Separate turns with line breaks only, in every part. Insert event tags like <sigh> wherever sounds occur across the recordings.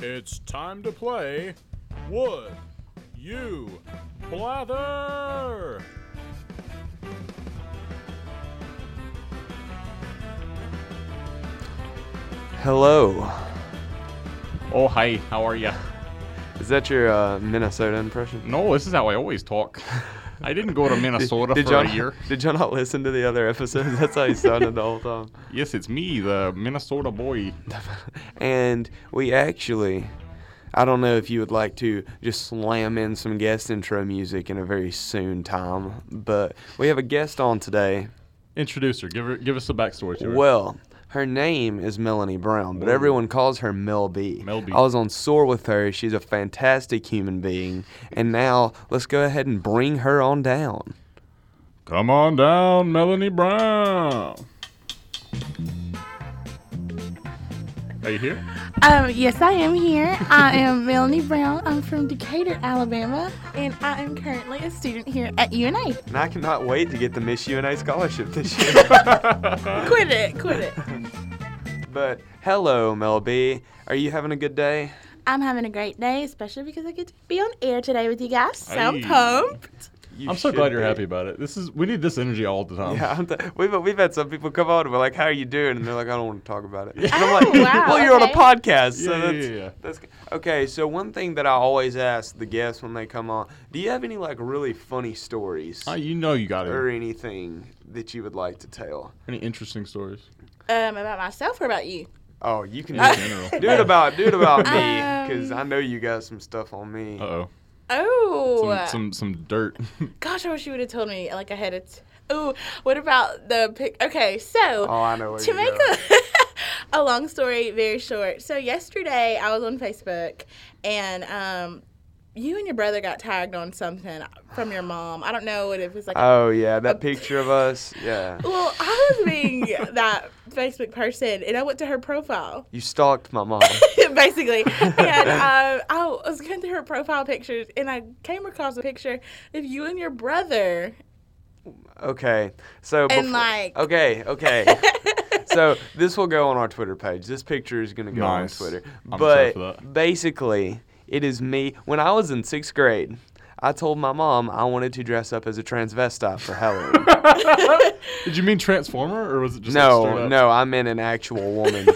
It's time to play Would You Blather?
Hello.
Oh, hi, how are ya?
Is that your uh, Minnesota impression?
No, this is how I always talk. <laughs> I didn't
<laughs>
go to Minnesota for
y'all,
a year.
<laughs> Did y'all not listen to the other episodes? That's how you sounded the whole time.
<laughs> Yes, it's me, the Minnesota boy.
And we actually, I don't know if you would like to just slam in some guest intro music in a very soon time, but we have a guest on today.
Introduce her. Give her, give us the backstory to her.
Well, her name is Melanie Brown, but everyone calls her Mel B.
Mel B.
I was on sore with her. She's a fantastic human being. And now let's go ahead and bring her on down.
Come on down, Melanie Brown. Are you here?
Um, yes, I am here.
<laughs>
I am Melanie Brown. I'm from Decatur, Alabama, and I am currently a student here at UNA.
And I cannot wait to get the Miss UNA scholarship this
<laughs>
year.
Quit it, quit it.
but hello, Mel B. Are you having a good day?
<laughs> I'm having a great day, especially because I get to be on air today with you guys. So I'm
Hey.
pumped.
You
I'm so
should
glad you're
be.
happy about it. This is we need this energy all the time.
Yeah, I'm th- we've, we've had some people come on and we're like, "How are you doing?" And they're like, "I don't want to talk about it." And I'm
Oh,
like,
wow,
"Well, you're on a
okay.
podcast, so
Yeah, yeah,
that's,
yeah, yeah.
that's g- okay." So one thing that I always ask the guests when they come on, do you have any like really funny stories
Ah, you know you got
or
it.
anything that you would like to tell?
Any interesting
<laughs>
stories?
Um, about myself or about you?
Oh,
<laughs>
you can
In
do,
general.
do it about do it about me because
<laughs> Um,
I know you got some stuff on me.
Uh
Oh,
oh. Some, some some <laughs> dirt.
gosh, I wish you would have told me. Like I had it. Oh, what about the pic? Okay, so
oh, I know where
to
you
make
go.
<laughs> a, a long story very short so yesterday i was on facebook and um, you and your brother got tagged on something from your mom i don't know what it was like
Oh yeah, that picture of
<laughs>
us. Yeah,
well i was being that facebook person and i went to her profile <laughs>
you stalked my mom.
basically and um, i was going through her profile pictures and i came across a picture of you and your brother
Okay, so
and
befo-
like
Okay, okay. so this will go on our Twitter page. This picture is going to go
Nice.
on Twitter.
I'm excited for
but
that.
basically, it is me. When I was in sixth grade, I told my mom I wanted to dress up as a transvestite
<laughs>
for Halloween.
Did you mean Transformer or was it just like, straight
no,
up?
no, I meant an actual woman.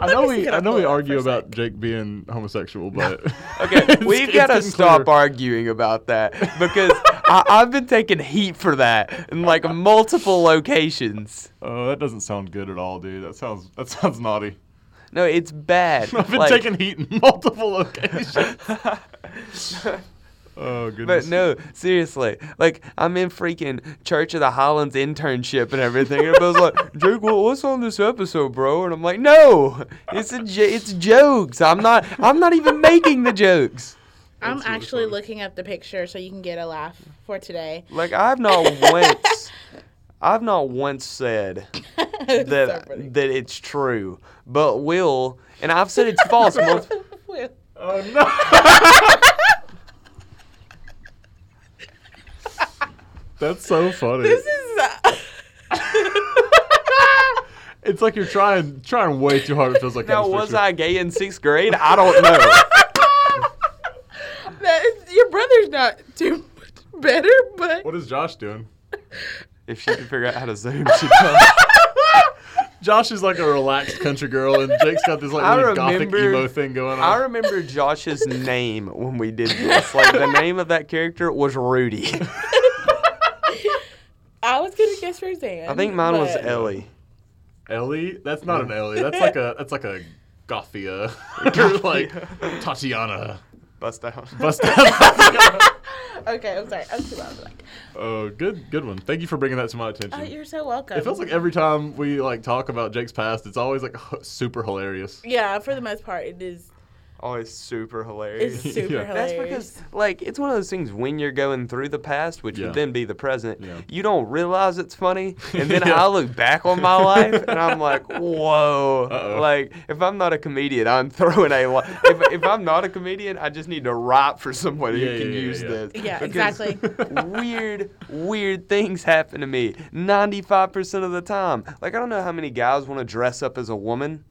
I know
Let me
we
get
I
up
know
for
we
that
argue
for a sec.
about Jake being homosexual, but <laughs>
<laughs> Okay,
<laughs> It's-
we've
it's
got to
getting
stop
clearer.
arguing about that because I, I've been taking heat for that in like multiple locations.
Oh, that doesn't sound good at all, dude. That sounds that sounds naughty. <laughs>
No, it's bad.
I've been
Like-
taking
<laughs>
heat in multiple locations. oh
But
goodness.
no, seriously, like I'm in freaking Church of the Highlands internship and everything, and everybody's
<laughs>
like, "Jake, what- what's on this episode, bro?" And I'm like, "No, it's a j- it's jokes. I'm not I'm not even making the jokes.
<laughs> i'm
That's really
actually
funny.
looking up the picture so you can get a laugh for today <laughs>
Like I've not once, I've not once said that
funny.
that it's true, but Will and I've said it's false.
<laughs>
multi-
<laughs> Well,
Oh no. <laughs> That's so funny.
this is uh, <laughs>
It's like you're trying trying way too hard. It feels like
<laughs> Now
on this
was
picture.
I gay in sixth grade? I don't know.
that is- your brother's not too much better, but
What is Josh doing?
If she can figure out how to zoom, she does.
<laughs> Josh is like a relaxed country girl, and Jake's got this
I
like really gothic
remember-
emo thing going
I
<laughs> on.
remember Josh's name when we did this. Like the name of that character was Rudy.
<laughs> I was gonna guess Roseanne.
I think mine was
but-
Ellie.
Ellie? That's not an Ellie. That's like a that's like a
<laughs>
Gothia or <laughs> like Tatiana.
Bust out. <laughs>
Bust <laughs> out.
Okay, I'm sorry. I'm too loud. Like,
oh, good good one. Thank you for bringing that to my attention.
oh, you're so welcome.
it feels like every time we like talk about Jake's past, it's always like h- super hilarious.
yeah, for the most part, it is.
Oh, it's super hilarious.
It's
<laughs>
super
Yeah.
That's
hilarious.
because, like, it's one of those things when you're going through the past, which
Yeah.
would then be the present,
Yeah.
you don't realize it's funny. And then
<laughs> Yeah.
I look back on my life and
<laughs>
I'm like, whoa.
Uh-oh.
Like, if I'm not a comedian, I'm throwing a lot. if, if I'm not a comedian, I just need to write for somebody
Yeah,
who can
yeah, yeah,
use
yeah.
this.
Yeah,
<laughs>
Because-
exactly.
weird, weird things happen to me 95% of the time. Like, I don't know how many guys want to dress up as a woman.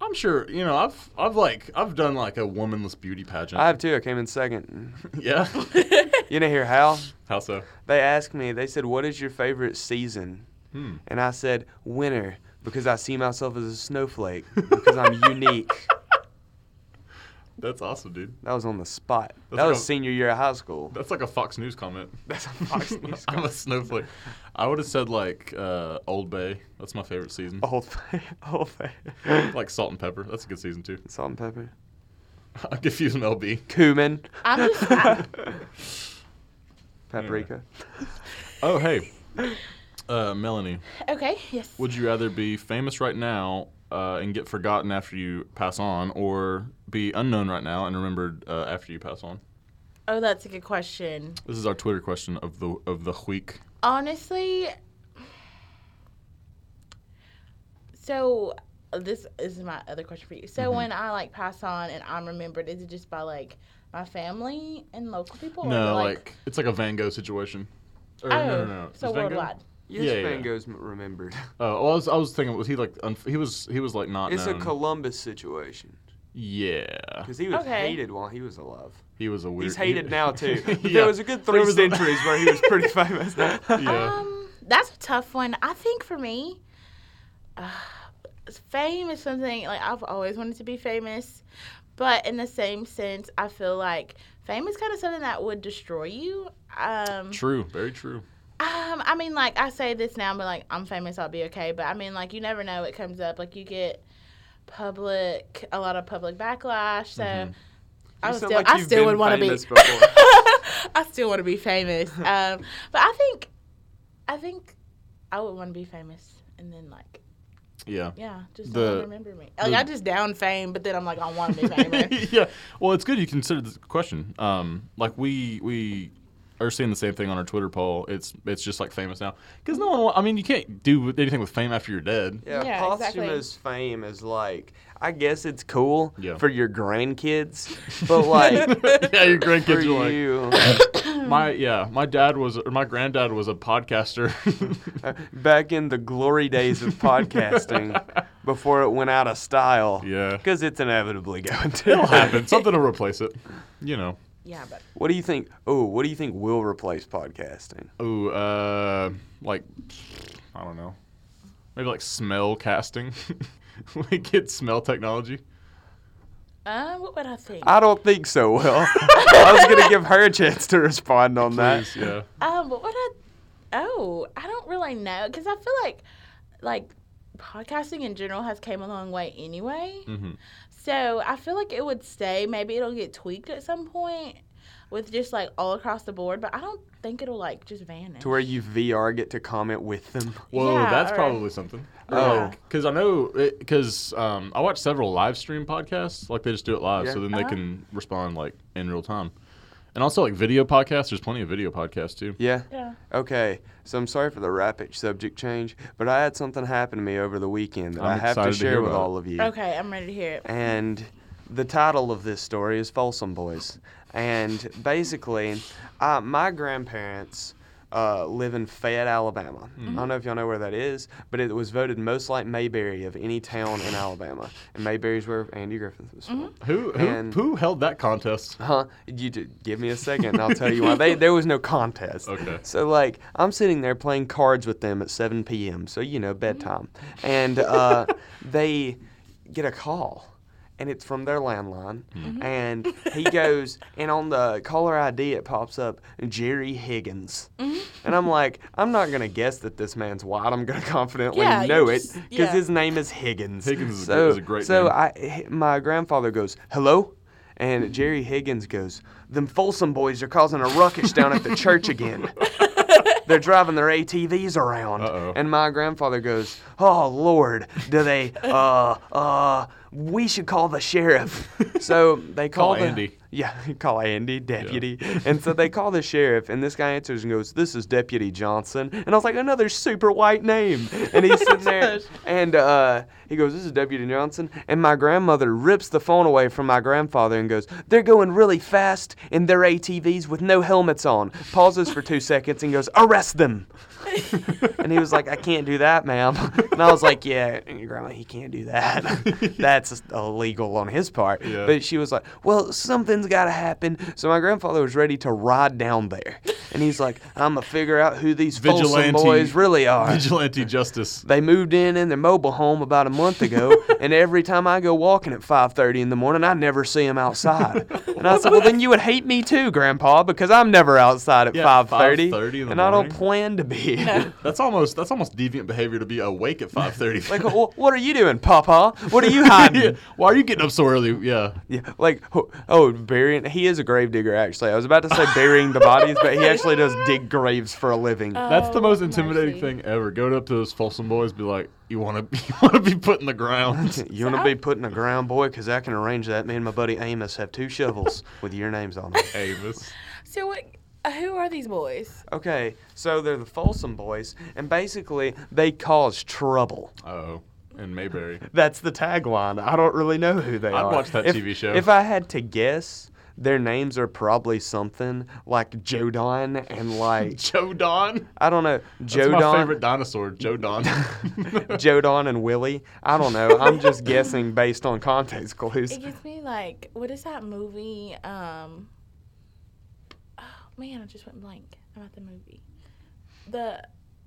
I'm sure you know. I've I've like I've done like a womanless beauty pageant.
I have two. I came in second.
<laughs>
<laughs>
yeah.
You didn't hear how?
How so?
They asked me, they said, What is your favorite season?
Hmm.
And I said, Winter, because I see myself as a snowflake, because
<laughs>
I'm unique.
That's awesome, dude.
That was on the spot.
That's
that
like
was
a-
senior year of high school.
That's like a Fox News comment.
<laughs> That's a Fox News
<laughs> I'm a snowflake. I would have said like uh, Old Bay. That's my favorite season.
<laughs> Old Bay. Old
<laughs>
Bay.
Like Salt and Pepper. That's a good season too. <laughs>
Salt and pepper.
I'll give you an LB.
Cumin.
<laughs>
<laughs>
I'm just, I,
Paprika.
Oh hey, uh, Melanie.
okay, yes.
Would you rather be famous right now uh, and get forgotten after you pass on, or be unknown right now and remembered uh, after you pass on?
Oh, that's a good question.
This is our Twitter question of the of the week.
Honestly, so this is my other question for you. So
Mm-hmm.
when I like pass on and I'm remembered, is it just by like my family and local people? is it,
No, like, it's like a Van Gogh situation. Or,
oh,
no, no, no.
so
Is Van Gogh?
worldwide.
Yes,
Yeah, yeah,
Van
yeah.
Gogh's m- remembered.
Oh, well, I was, I was thinking, was he like unf- he was he was like not.
It's a
known.
Columbus situation
yeah.
because he was
Okay.
hated while he was alive.
He was a weird.
He's hated
he- <laughs>
now too. But
Yeah.
There was a good
There
three
was a-
centuries where he was
<laughs>
pretty famous. <laughs>
yeah.
Um, that's a tough one. I think for me, uh, fame is something like I've always wanted to be famous, but in the same sense, I feel like fame is kind of something that would destroy you. Um,
True. Very true.
Um, I mean, like I say this now, but like I'm famous, I'll be okay. But I mean, like you never know what comes up. Like you get public, a lot of public backlash. So
Mm-hmm.
I
You
would
sound
still,
like
I
you've
still
been
would want to be.
famous
<laughs>
before.
I still want to be famous.
<laughs>
Um, but I think, I think, I would want to be famous, and then like,
Yeah.
yeah, just
The-
don't remember me. Like
the-
I just down fame, but then I'm like, I want to
<laughs>
be famous.
yeah. Well, it's good you considered this question. Um, like we we are seeing the same thing on our Twitter poll. It's it's just like famous now because no one. wa- I mean, you can't do anything with fame after you're dead.
Yeah,
Yeah, exactly.
posthumous fame is like, I guess it's cool
Yeah.
for
<laughs>
your grandkids, but like
<laughs> yeah, your
for
grandkids are like
you,
my yeah. My dad was or my granddad was a podcaster.
<laughs> uh, back in the glory days of podcasting,
<laughs>
before it went out of style,
yeah,
because it's inevitably <laughs> going
it'll
to.
happen. Something will replace it. You know.
yeah, but
what do you think? Oh, what do you think will replace podcasting?
Ooh, uh, like I don't know, maybe like smell casting. <laughs> we get smell technology.
uh, what would I think?
I don't think so.
<laughs>
Well, I was gonna give her a chance to respond on that.
Please,
<laughs>
yeah.
Um, but what I oh, I don't really know because I feel like like podcasting in general has came a long way anyway.
Mm-hmm.
So I feel like it would stay. Maybe it'll get tweaked at some point with just like all across the board. But I don't think it'll like just vanish.
To where you VR get to comment with them.
Whoa,
Yeah,
that's
or-
probably something.
Oh.
because I know because um, I watch several live stream podcasts. Like they just do it live, so
Yeah.
then they
Oh.
can respond like in real time. And also like video podcasts. There's plenty of video podcasts too.
Yeah.
yeah.
Okay, so I'm sorry for the rapid subject change, but I had something happen to me over the weekend that i
I'm
have to
excited to
share
hear
with
about it.
all of you.
Okay, I'm ready to hear it.
And the title of this story is Folsom Boys. And basically, uh, my grandparents uh, live in Fayette, Alabama. I don't know if y'all know where that is, but it was voted most like Mayberry of any town in Alabama. And Mayberry's where Andy Griffith was from.
Who who,
And-
who held that
<laughs>
contest?
Huh? You d- give me a second, and I'll tell you why. They there was no contest.
Okay.
So like, I'm sitting there playing cards with them at 7 p.m. So you know bedtime, and
<laughs>
uh, they get a call, and it's from their landline,
Mm-hmm.
and he goes, and on the caller ID it pops up Jerry Higgins,
Mm-hmm.
and I'm like, I'm not gonna guess that this man's white. I'm gonna confidently
Yeah, you
know
just-
it because
yeah.
his name is Higgins.
Higgins is a gr-
so,
is a great
So
name.
I, h- my grandfather goes, "Hello," and Jerry Higgins goes, "Them Folsom boys are causing a ruckus down at the church again. They're driving their ATVs around."
Uh-oh.
And my grandfather goes, "Oh Lord, do they? Uh, uh, we should call
<laughs>
the sheriff." So they call,
Call
the-
Andy.
Yeah, <laughs> call Andy, deputy. And so they call the sheriff, and this guy answers and goes, This is Deputy Johnson. And I was like, Another super white name. And he's sitting there, <laughs> and uh, he goes, This is Deputy Johnson. And my grandmother rips the phone away from my grandfather and goes, They're going really
<laughs>
fast in their ATVs with no helmets on. Pauses for two seconds and goes, Arrest them. And he was like, I can't do that, ma'am. And I was like, Yeah, Grandma, he can't
<laughs>
do that. That's illegal on his part.
Yeah.
But she was like, Well, something's got to happen. So my grandfather was ready to ride down there. And he's like, I'm going to figure out who these Folsom
Vigilante-
boys really are.
Vigilante justice.
They moved in in their mobile home about a month
<laughs>
ago, and every time I go walking at 5:30 in the morning, I never see them
<laughs>
outside. And I said, "Well, then you would hate me too, Grandpa, because I'm never outside at
Yeah,
5:30,
5:30 in the
and I don't
morning.
plan to be."
<laughs>
<laughs>
That's almost that's almost deviant behavior to be awake at 5:30.
like, "Wh- what are you doing, Papa? What
<laughs>
are you hiding?
Yeah. Why are you getting up so early? Yeah.
Yeah, like oh, oh, burying. He is a grave digger, actually. I was about to say burying the bodies, but he actually does dig graves for a living.
That's the
Oh,
most intimidating
mercy.
thing ever. Go up to those Folsom boys, be like, "You want to, <laughs> you want to be put in the
<laughs>
ground."
<laughs> You want to be
I-
put in the ground, boy, 'cause I can arrange that. Me and my buddy Amos have two shovels with your names on them.
Amos.
So what? Who are these boys?
Okay, so they're the Folsom boys, and basically they cause trouble.
Oh, and Mayberry. <laughs>
That's the tagline. I don't really know who they
I'd
are.
watch that
If-
TV show.
If I had to guess, their names are probably something like Jodon and like
Joe Don.
I don't <laughs> know
That's my
Jodon,
favorite dinosaur, Joe
<laughs>
Don. <laughs>
Jodon and Willie. I don't know. I'm just <laughs> guessing based on context clues.
It gives me like, what is that movie? Um, oh man, I just went blank about the movie. The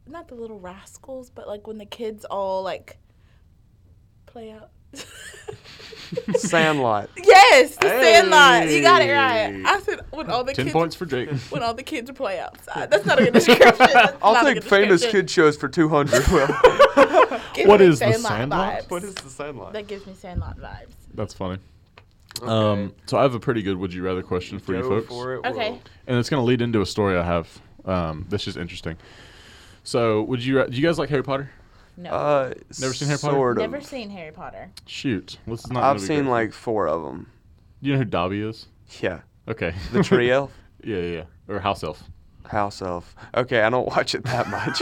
not the Little Rascals, but like when the kids all like play out. <laughs>
Sandlot.
yes, the Sandlot. You got it right.
Hey.
I said when all the
Ten
kids
points for Jake.
when all the kids play outside. That's not a good description. That's
I'll
not a
take
good
famous
description.
kid shows for 200. Well,
Gives
What
me
is the Sandlot?
<laughs>
vibes.
what is the Sandlot?
that gives me Sandlot vibes.
That's funny. Um, so I have a pretty good "Would you rather" question for you
Go
folks.
for it.
Okay.
world.
and it's going to lead into a story I have. Um, that's just interesting. So, would you ra- do you guys like Harry Potter?
No.
Uh,
Never seen Harry Potter?
Sort of.
Never seen Harry Potter.
Shoot, this is not. gonna
I've
be
seen
great.
like four of them.
You know who Dobby is?
Yeah,
Okay. <laughs>
the tree elf,
yeah, yeah, yeah. Or house elf.
house elf. Okay, I don't watch
<laughs>
it that much.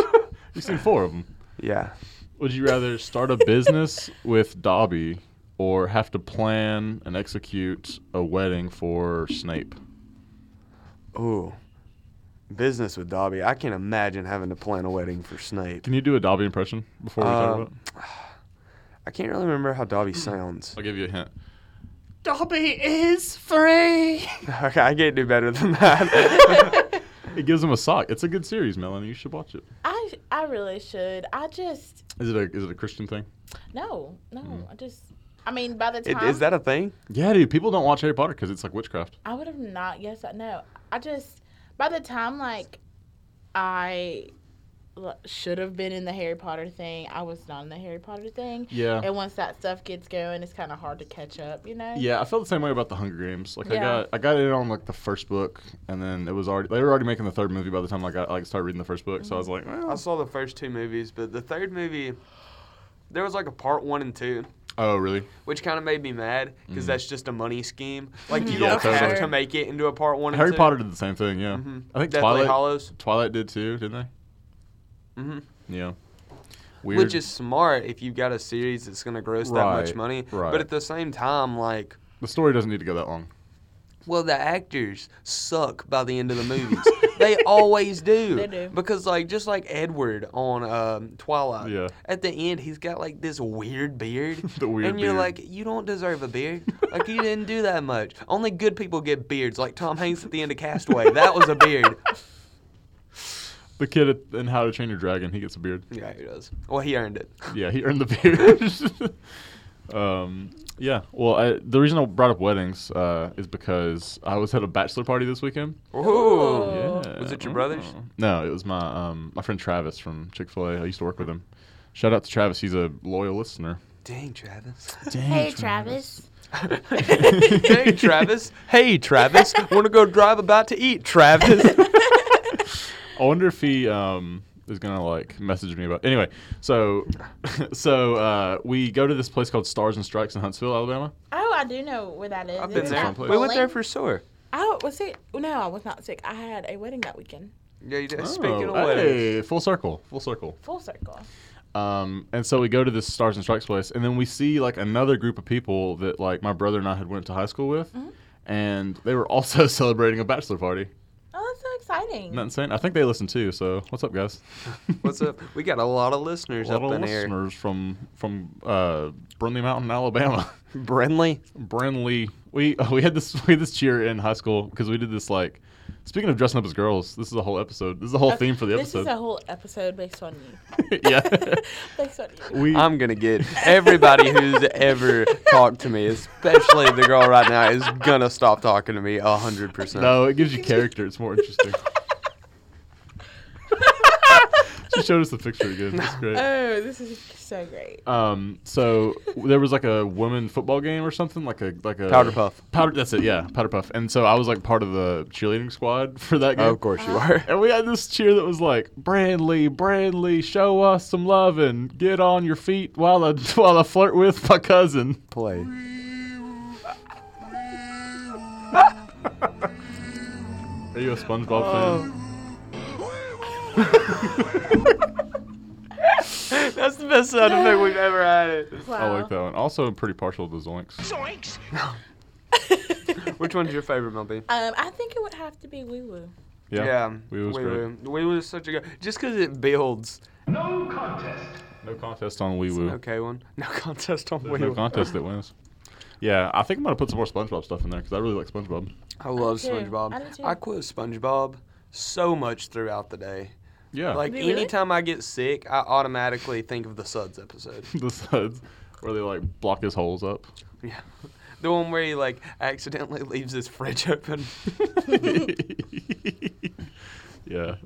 You've seen four of them.
yeah,
Would you rather start a business with Dobby or have to plan and execute a wedding for Snape?
ooh, business with Dobby. I can imagine having to plan a wedding for Snape.
Can you do a Dobby impression before we talk
Um,
about? it?
I can't really remember how Dobby sounds. <laughs>
I'll give you a hint.
Dobby is free.
Okay, I can't do better than <laughs> that.
It gives him a sock. It's a good series, Melanie. You should watch it.
I I really should. I just
Is it a is it a Christian thing?
no no. I just I mean by the
Mm. It-
time
is that a thing?
Yeah, dude. People don't watch Harry Potter because it's like witchcraft.
I would have not guessed that. No, I just by the time like I l- should have been in the Harry Potter thing. I was not in the Harry Potter thing.
Yeah.
And once that stuff gets going, it's kind of hard to catch up. You know.
Yeah, I felt the same way about the Hunger Games. Like I
Yeah.
got I got in on like the first book, and then it was already they were already making the third movie by the time I got like started reading the first book. So I was like, well,
Mm-hmm.
I saw the first two movies, but the third movie, there was like a part one and two.
oh really?
Which kind of made me mad because that's just a money scheme. Like you
Yeah,
don't have
totally.
to make it into a part one.
Harry
and two.
Potter did the same thing. Yeah, I think
Mm-hmm. Deathly
Twilight
Hollows.
Twilight did too, didn't they?
Mhm.
Yeah. Weird.
Which is smart if you've got a series that's going to gross that much
Right,
money.
right.
But at the same time, like,
the story doesn't need to go that long.
well, the actors suck by the
<laughs>
end of the movies. they always do.
They do.
Because, like, just like Edward on um, Twilight,
Yeah.
at the end, he's got, like, this weird beard.
<laughs> The weird
And you're
beard.
like, you don't deserve a beard. like, you didn't do that much. Only good people get beards, like Tom Hanks at the end of Castaway. that was a beard. <laughs>
The kid at- in How to Train Your Dragon, he gets a beard.
Yeah, he does. Well, he earned it.
Yeah, he earned the beard. <laughs> um, yeah. Well, I, the reason I brought up weddings uh, is because I was at a bachelor party this weekend.
Ooh.
Oh.
Yeah.
Was it your brother's?
No, it was my um, my friend Travis from Chick Fil A. I used to work with him. Shout out to Travis. He's a loyal listener.
Dang, Travis.
Hey Travis.
<laughs> hey, Travis. Hey, Travis. Want to go drive about to eat, <laughs> Travis?
I wonder if he um, is gonna like message me about. Anyway, so <laughs> so uh, we go to this place called Stars and Stripes in Huntsville, Alabama.
Oh, I do know where that is.
I've been
Isn't
there.
that
We went there
bowling?
for sure.
I was sick. No, I was not sick. I had a wedding that weekend.
Yeah, you did. Speaking of
Oh,
weddings.
hey, full circle, full circle.
Full circle.
Um, and so we go to this Stars and Stripes place, and then we see like another group of people that like my <laughs> brother and I had went to high school with, and they were also celebrating a bachelor party.
Oh, that's exciting.
Not insane. I think they listen too. So what's up, guys?
What's up? We got a lot of
<laughs>
listeners
A lot
up
of
in here.
listeners from from uh, Brindley Mountain, Alabama. <laughs>
Brenly.
Brindley. We <laughs> uh, we had this we had this cheer in high school because we did this like. Speaking of dressing up as girls, this is a whole episode. This is a whole theme for the
This is
episode.
a whole episode based on you.
<laughs>
<laughs>
yeah.
based on you.
We
I'm gonna get everybody <laughs> who's ever talked to me, especially the girl right now, is gonna stop talking to me hundred percent.
no, it gives you character. It's more
<laughs>
interesting. she showed us the picture again. It's great.
<laughs> Oh, this is so great.
Um, so there was like a women football game or something, like a like a
Powder puff.
Powder. That's it. Yeah, powder puff. And so I was like part of the cheerleading squad <laughs> for that game.
of course you <laughs> are.
And we had this cheer that was like, Brandley, Brandley, show us some love and get on your feet while I <laughs> while I flirt with my cousin.
Play.
Are you a SpongeBob fan?
<laughs> Oh. That's the best sound effect we've ever had.
<laughs> I
Wow.
like that one. Also, pretty partial to Zoinks.
Which one's your favorite, Melby?
<laughs> Um, I think it would have to be Wee Woo.
Yeah. We was
we
great.
were, we was such a good. Just because it builds.
No contest on Wee Woo.
Okay, one. <laughs> No contest on
There's
Wii.
no contest that wins. Yeah, I think I'm gonna put some more SpongeBob stuff in there because I really like SpongeBob.
I love
do too.
SpongeBob.
I do too.
I quote SpongeBob so much throughout the day.
Yeah.
Like
Do you really?
anytime I get sick, I automatically think of the Suds episode.
<laughs>
<laughs>
the suds where they like block his holes up. <laughs>
Yeah. The one where he like accidentally leaves his fridge open. <laughs>
yeah,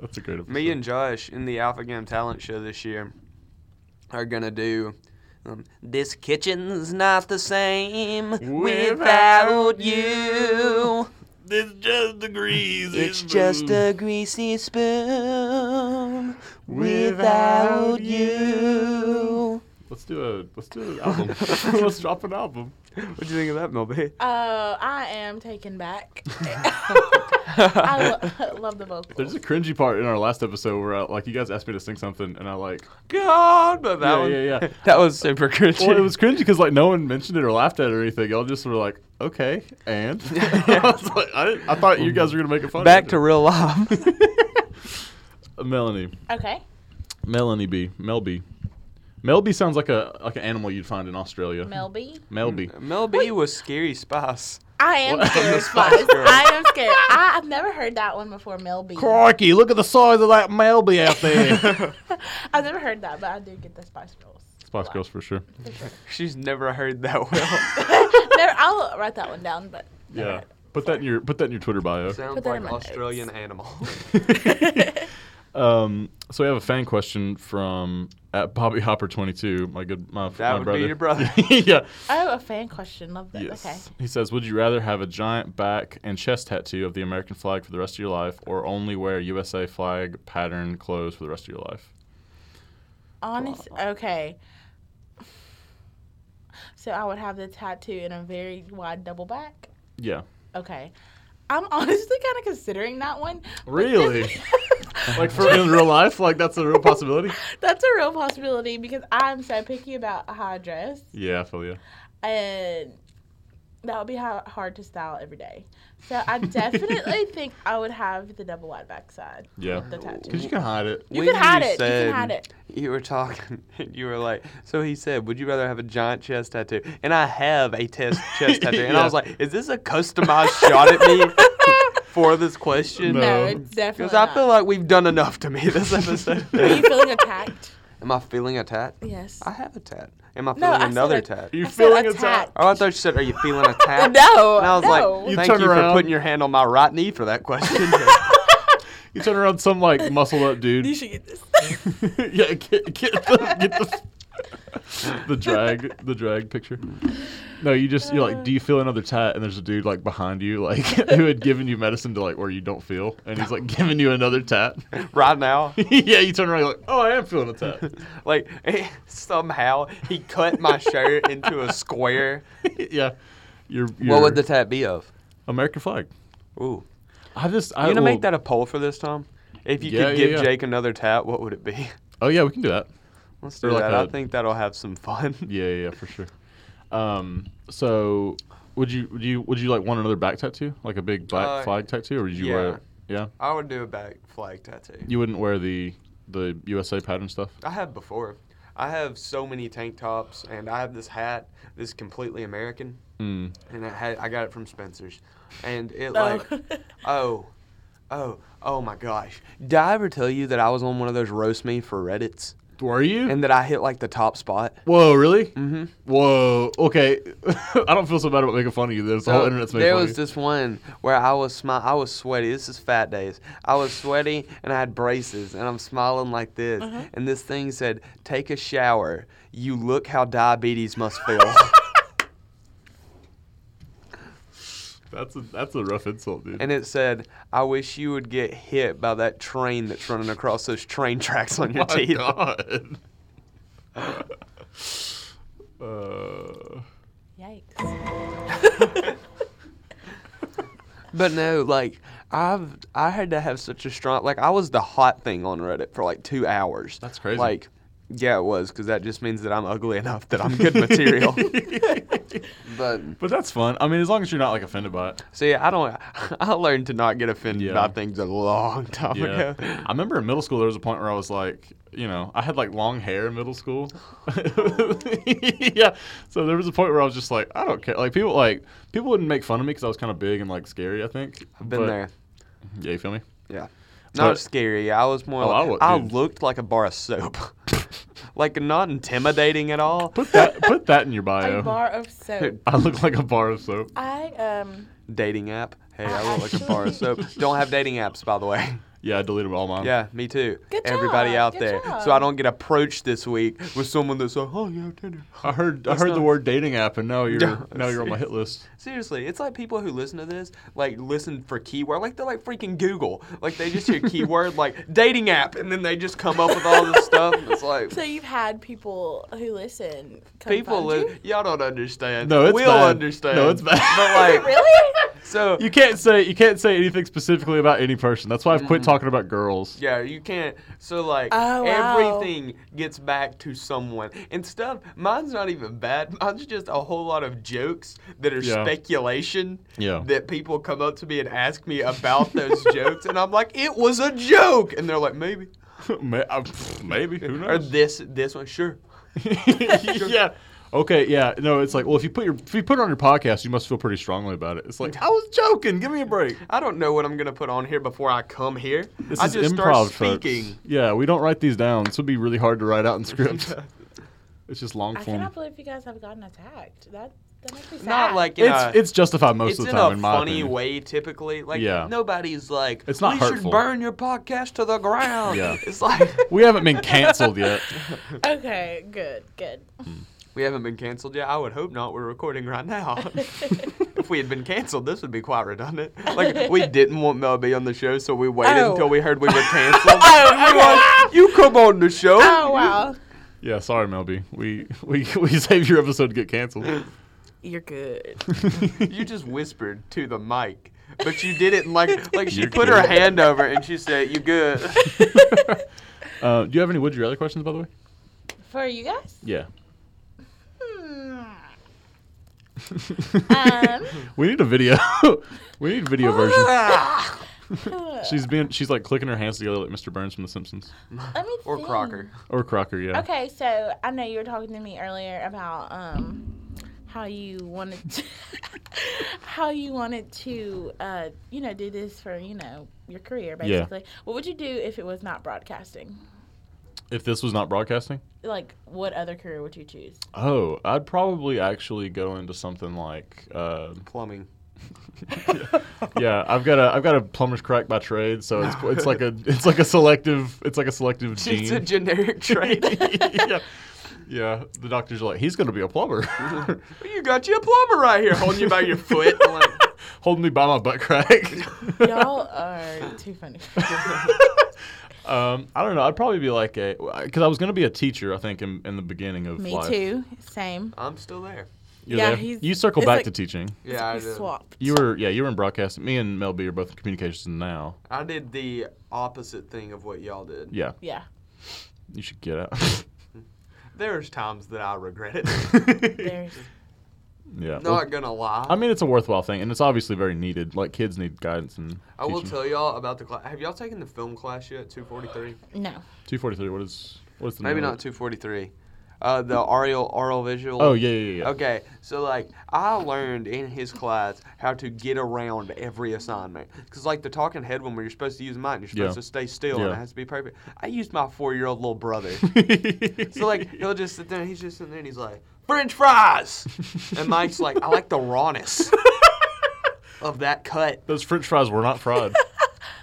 that's a great episode.
Me and Josh in the Alpha Game Talent Show this year are gonna do. Um, this kitchen's not the same
Without
without you.
it's just the grease.
It's just a greasy spoon
Without
without
you.
you.
Let's do a let's do an album. <laughs> let's drop an album.
What do you think of that, Melby?
Uh, I am
<laughs>
taken back. I lo- <laughs> love the vocals.
There's a cringy part in our last episode where I, like you guys asked me to sing something and I like
God, but that
Yeah,
one,
yeah, yeah.
<laughs> that was super cringy.
well it was cringy because like no one mentioned it or laughed at it or anything. Y'all just were like okay and <laughs> I, was like, I, didn't- I thought you guys were gonna make it fun.
Back to real <laughs> life.
Melanie.
Okay.
Melanie B. Mel B. Mel B sounds like a like an animal you'd find in Australia.
Melby.
Mel B.
Mel B was scary spice.
I am
What? <laughs>
scared
The
as fuck.
Spice Girl.
I am scared. <laughs> I, I've never heard that one before,
<laughs>
Melby.
Crikey, look at the size of that Melby out there.
I've never heard that, but I do get the Spice Girls.
<laughs>
<laughs>
Spice Girls for sure.
She's never heard <laughs> that well.
never, I'll write that one down, but
Yeah. Put that in your put that in your Twitter bio.
Sounds
Put that
like
in my notes.
Australian animal.
<laughs> Um, so we have a fan question from at Bobby Hopper twenty two. My good my,
<laughs>
my
That would be
brother.
your brother.
<laughs> yeah.
oh, a fan question. Love that.
Yes.
Okay.
He says, "Would you rather have a giant back and chest tattoo of the American flag for the rest of your life, or only wear USA flag pattern clothes for the rest of your life?"
Honest. Okay. So I would have the tattoo in a very wide double back.
Yeah.
Okay. I'm <laughs> honestly kind of considering that one.
Really? like <laughs> for in real life, like that's a real possibility.
<laughs> That's a real possibility because I'm so picky about how I dress,
Yeah, I feel you.
and that would be ha- hard to style every day. So I definitely think I would have the double wide backside.
Yeah.
The tattoo.
Because you can hide it.
You
When
can hide
you
it. You
said-
can hide it.
<laughs>
<laughs>
You were talking, and you were like, so he said, would you rather have a giant chest tattoo? And I have a test,
<laughs>
chest tattoo. And
Yeah.
I was like, is this a customized shot at me
<laughs>
for this question?
No.
No,
No.
it's definitely.
Because I feel
not.
like we've done enough to me this episode.
Are you feeling attacked?
<laughs> Am I feeling a tat?
Yes.
I have a tat. Am I feeling
No, I said
another
a-
tat?
You
I said
feeling attacked?
attacked.
Oh, I thought you said, are you feeling a tat?
No.
And I was
no.
like,
You
thank
turn
you
around.
for putting your hand on my right knee for that question. <laughs>
You turn around some like muscle up
you
dude.
should get this.
<laughs> yeah, get, get the get the, the drag the drag picture. No, you just you're like, do you feel another tat? And there's a dude like behind you, like <laughs> who had given you medicine to like where you don't feel, and he's like giving you another tat. <laughs>
right now.
yeah, you turn around, you're like, oh, I am feeling a tat. <laughs>
Like eh, somehow he cut my shirt into a square.
yeah, you're, you
What would the tat be of?
American flag?
Ooh,
I just I
you gonna
will-
make that a poll for this, Tom? If you
Yeah, yeah,
could give
yeah.
Jake another tat, what would it be? <laughs>
Oh yeah, we can do that.
Let's
Or
do
like
that. I
a-
think that'll have some fun.
Yeah, yeah, yeah, for sure. Um, so would you would you would you like want another back tattoo, like a big black
Uh,
flag tattoo, or would you wear? Yeah,
I would do a back flag tattoo.
you wouldn't wear the the USA pattern stuff.
I have before. I have so many tank tops, and I have this hat that's completely American,
Mm.
and I had I got it from Spencer's, and it
Oh.
like oh, oh, oh my gosh! Did I ever tell you that I was on one of those roast me for Reddit's,
Were you?
and that I hit like the top spot?
Whoa, really? Mm-hmm. Whoa. Okay. <laughs> I don't feel so bad about making fun of you. There's the whole
So,
internet's making
there
fun
was
of you.
this one where I was smi- I was sweaty. This is fat days. I was sweaty and I had braces and I'm smiling like this. And this thing said, "Take a shower. You look how diabetes must feel."
That's a that's a rough insult, dude.
and it said, "I wish you would get hit by that train that's running across those train tracks
<laughs>
on your
<laughs> Oh My
teeth."
God. uh,
Yikes.
But no, like I've I had to have such a strong like I was the hot thing on Reddit for like two hours.
That's crazy.
Like, yeah, it was because that just means that I'm ugly enough that I'm good material.
<laughs>
but
but that's fun. I mean, as long as you're not like offended by it.
see, I don't. <laughs> I learned to not get offended
Yeah.
by things a
<laughs>
long time
Yeah.
ago.
I remember in middle school there was a point where I was like, you know, I had like long hair in middle school. <laughs> yeah. So there was a point where I was just like, I don't care. Like people like people wouldn't make fun of me because I was kind of big and like scary. I think.
I've been
But-
there.
Yeah, you feel me?
Yeah.
But-
Not scary. I was more.
Oh, I
like,
would,
I,
dude.
looked like a bar of soap. <laughs> like not intimidating at all.
Put that put that in your
A
bio.
bar of soap.
I look like a bar of soap.
I um.
Dating app. Hey, I
I
look like a bar of
<laughs>
soap. Don't have dating apps, by
<laughs>
the way.
Yeah, I deleted all mine.
Yeah, me too.
Good
Everybody
job,
out
good
there.
job.
So I don't get approached this week with someone that's like, oh, yeah, Tinder.
I heard I
That's
heard the
not-
word dating app and now <laughs> you're
Yeah.
now you're on my hit list.
Seriously, it's like people who listen to this, like, listen for keyword. Like, they're like freaking Google. Like, they just hear keyword, like, dating app, and then they just come up with all this stuff. And it's like,
So you've had people who listen. Come
people,
find
li-
<laughs> you?
y'all don't understand.
No, it's
We'll
bad.
understand.
No, it's bad.
But, like,
<laughs> really?
so,
You can't say you can't say anything specifically about any person. That's why I've quit talking about girls.
Yeah, you can't. So like
Oh, wow.
everything gets back to someone and stuff. Mine's not even bad. <laughs> Mine's just a whole lot of jokes that are
Yeah.
speculation.
Yeah.
That people come up to me and ask me about those <laughs> jokes, and I'm like, it was a joke, and they're like, maybe.
<laughs> May- uh, pff, Maybe who
Or
knows?
this this one, sure.
<laughs> yeah. Okay. Yeah. No. It's like, well, if you put your if you put it on your podcast, you must feel pretty strongly about it. It's like I was joking. Give me a break.
I don't know what I'm gonna put on here before I come here.
This
I
is
just
improv,
start
folks.
speaking.
<laughs> Yeah, we don't write these down. This would be really hard to write out in
<laughs>
script. it's just long
I
form.
cannot believe you guys have gotten attacked. That that makes me sad.
Not like in
It's
a,
it's justified most
it's
of the
in
time
a
in my
funny
opinion.
way typically. Like
Yeah.
nobody's like
It's not
we
hurtful.
should burn your podcast to the ground.
Yeah.
It's like <laughs>
We haven't been canceled yet.
Okay, good,
<laughs>
good.
we haven't been canceled yet. I would hope not. We're recording right now. <laughs> if we had been canceled, this would be quite redundant. Like we didn't want Mel B on the show, so we waited
Oh.
until we heard we were
<laughs>
canceled. Like, you come on the show.
Oh wow,
Yeah. Sorry, Melby. We we <laughs> we saved your episode to get canceled.
<laughs> you're good.
You just whispered to the mic. But you did it in like like she
You're
put her
good.
hand over it and she said, You
<laughs>
good.
Uh, do you have any would you rather questions by the way?
For you guys?
Yeah.
<laughs>
Hmm. Um,
We need a video. <laughs> we need a video version.
huh.
She's being she's like clicking her hands together like Mr. Burns from The Simpsons.
<laughs> let me
or
think.
Crocker.
Or Crocker, yeah.
Okay, so I know you were talking to me earlier about um how you wanted to, <laughs> how you wanted to uh you know do this for you know your career
Yeah.
basically. What would you do if it was not broadcasting?
If this was not broadcasting?
Like, what other career would you choose?
Oh, I'd probably actually go into something like uh,
Plumbing.
yeah, I've got a I've got a plumber's crack by trade, so it's it's like a it's like a selective it's like a selective
It's a
gene.
generic trait. <laughs>
<laughs> yeah. Yeah, the doctors are like, he's going to be a plumber. <laughs>
You got you a plumber right here holding you by your foot. Like, <laughs>
Holding me by my butt crack. <laughs>
Y'all are too funny.
um, I don't know. I'd probably be like a, because I was going to be a teacher, I think, in, in the beginning of
me
life.
too. Same.
I'm still there.
You're
Yeah,
there?
he's-
you circle
it's
back
like-
to teaching.
Yeah, I
We
did.
swapped.
You were yeah, you were in broadcasting. Me and Mel B are both in communications now.
I did the opposite thing of what y'all did.
Yeah,
Yeah.
you should get out. <laughs>
<laughs> There's times that I regret it.
There's
Yeah. well,
Not gonna lie.
I mean, it's a worthwhile thing, and it's obviously very needed. Like kids need guidance and
I will
teaching.
tell y'all about the class. Have y'all taken the film class yet? 243.
No.
Two forty three. What is what is the
Maybe
name of
not
it?
243. Uh, <laughs> the aural oral visual.
Oh yeah, yeah, yeah.
Okay, so like I learned in his class how to get around every assignment. Cause like the talking head one where you're supposed to use mine, you're supposed
Yeah.
to stay still and
Yeah.
it has to be perfect. I used my four year old little
<laughs>
brother. <laughs> so like he'll just sit there and he's just sitting there and he's like, French fries And Mike's like, I like the rawness of that cut.
Those French fries were not
<laughs>
fried.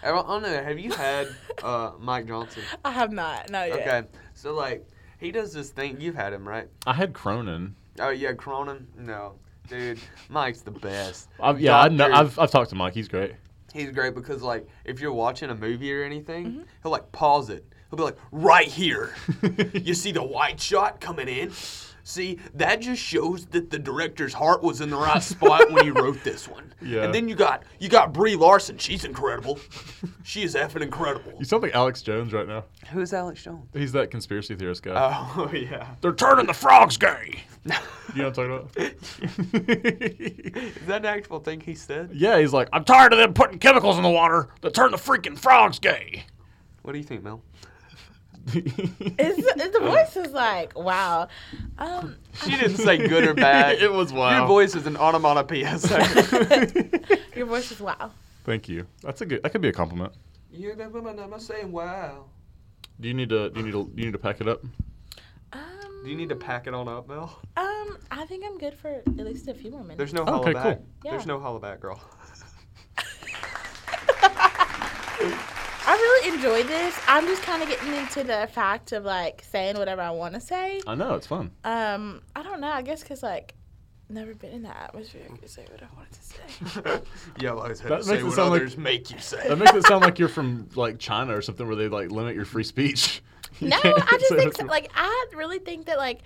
I don't I don't know, have you had uh, Mike Johnson?
I have not. Not yet.
Okay. So like he does this thing you've had him, right?
I had Cronin.
Oh yeah, Cronin? No. Dude, Mike's the best.
I've, yeah, I know,
Doctor-
I've I've talked to Mike. He's great.
He's great because like if you're watching a movie or anything,
Mm-hmm.
he'll like pause it. He'll be like,
<laughs>
right here, you see the white shot coming in. See, that just shows that the director's heart was in the right
<laughs>
spot when he wrote this one.
Yeah.
And then you got you got Brie Larson. She's incredible. She is effing incredible.
You sound like Alex Jones right now.
Who is Alex Jones?
He's that conspiracy theorist guy.
<laughs> Oh yeah.
They're turning the frogs
<laughs>
gay. you know what I'm talking about? <laughs>
Is that an actual thing he said?
yeah, he's like, I'm tired of them putting chemicals in the water that turn the freaking frogs gay.
What do you think, Mel?
It's, it's, the voice is like, wow. Um,
She didn't
<laughs>
say good or bad.
It was wow.
Your voice is an onomatopoeia.
<laughs>
so-
your voice is wow.
Thank you. That's a good. That could be a compliment.
You're that woman. I'm not saying wow.
Do you need to? Do you need to? You need to pack it up.
Um,
Do you need to pack it on up, Mel?
um, I think I'm good for at least a few more minutes.
There's no
Oh, Okay,
holla
cool.
back.
Yeah.
There's no holla back, girl.
<laughs>
<laughs>
I really enjoy this. I'm just kind of getting into the fact of like saying whatever I want to say.
I know it's
<laughs>
fun.
Um, I don't know. I guess because like never been in that atmosphere. I could say what I wanted to say.
you always have
That
to say
makes it
what
sound like-
others make you say.
That makes it sound like you're from like China or something where they like limit your free speech. <laughs> <laughs> You
no,
can't
I
<laughs>
just
say
think
what's-
so, like I really think that like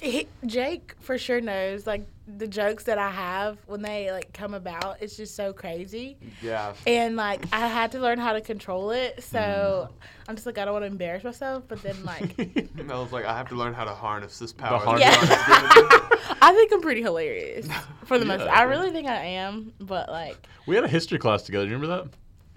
he, Jake for sure knows like the jokes that I have when they like come about. It's just so crazy.
yeah.
And like I had to learn how to control it, so
Mm.
I'm just like I don't want to embarrass myself. But then like
Mel's like, I have to learn how to harness this power.
harness.
that God has given me."
I think I'm pretty hilarious for the most.
Yeah.
I really think I am, but like
<laughs> we had a history class together. You remember that?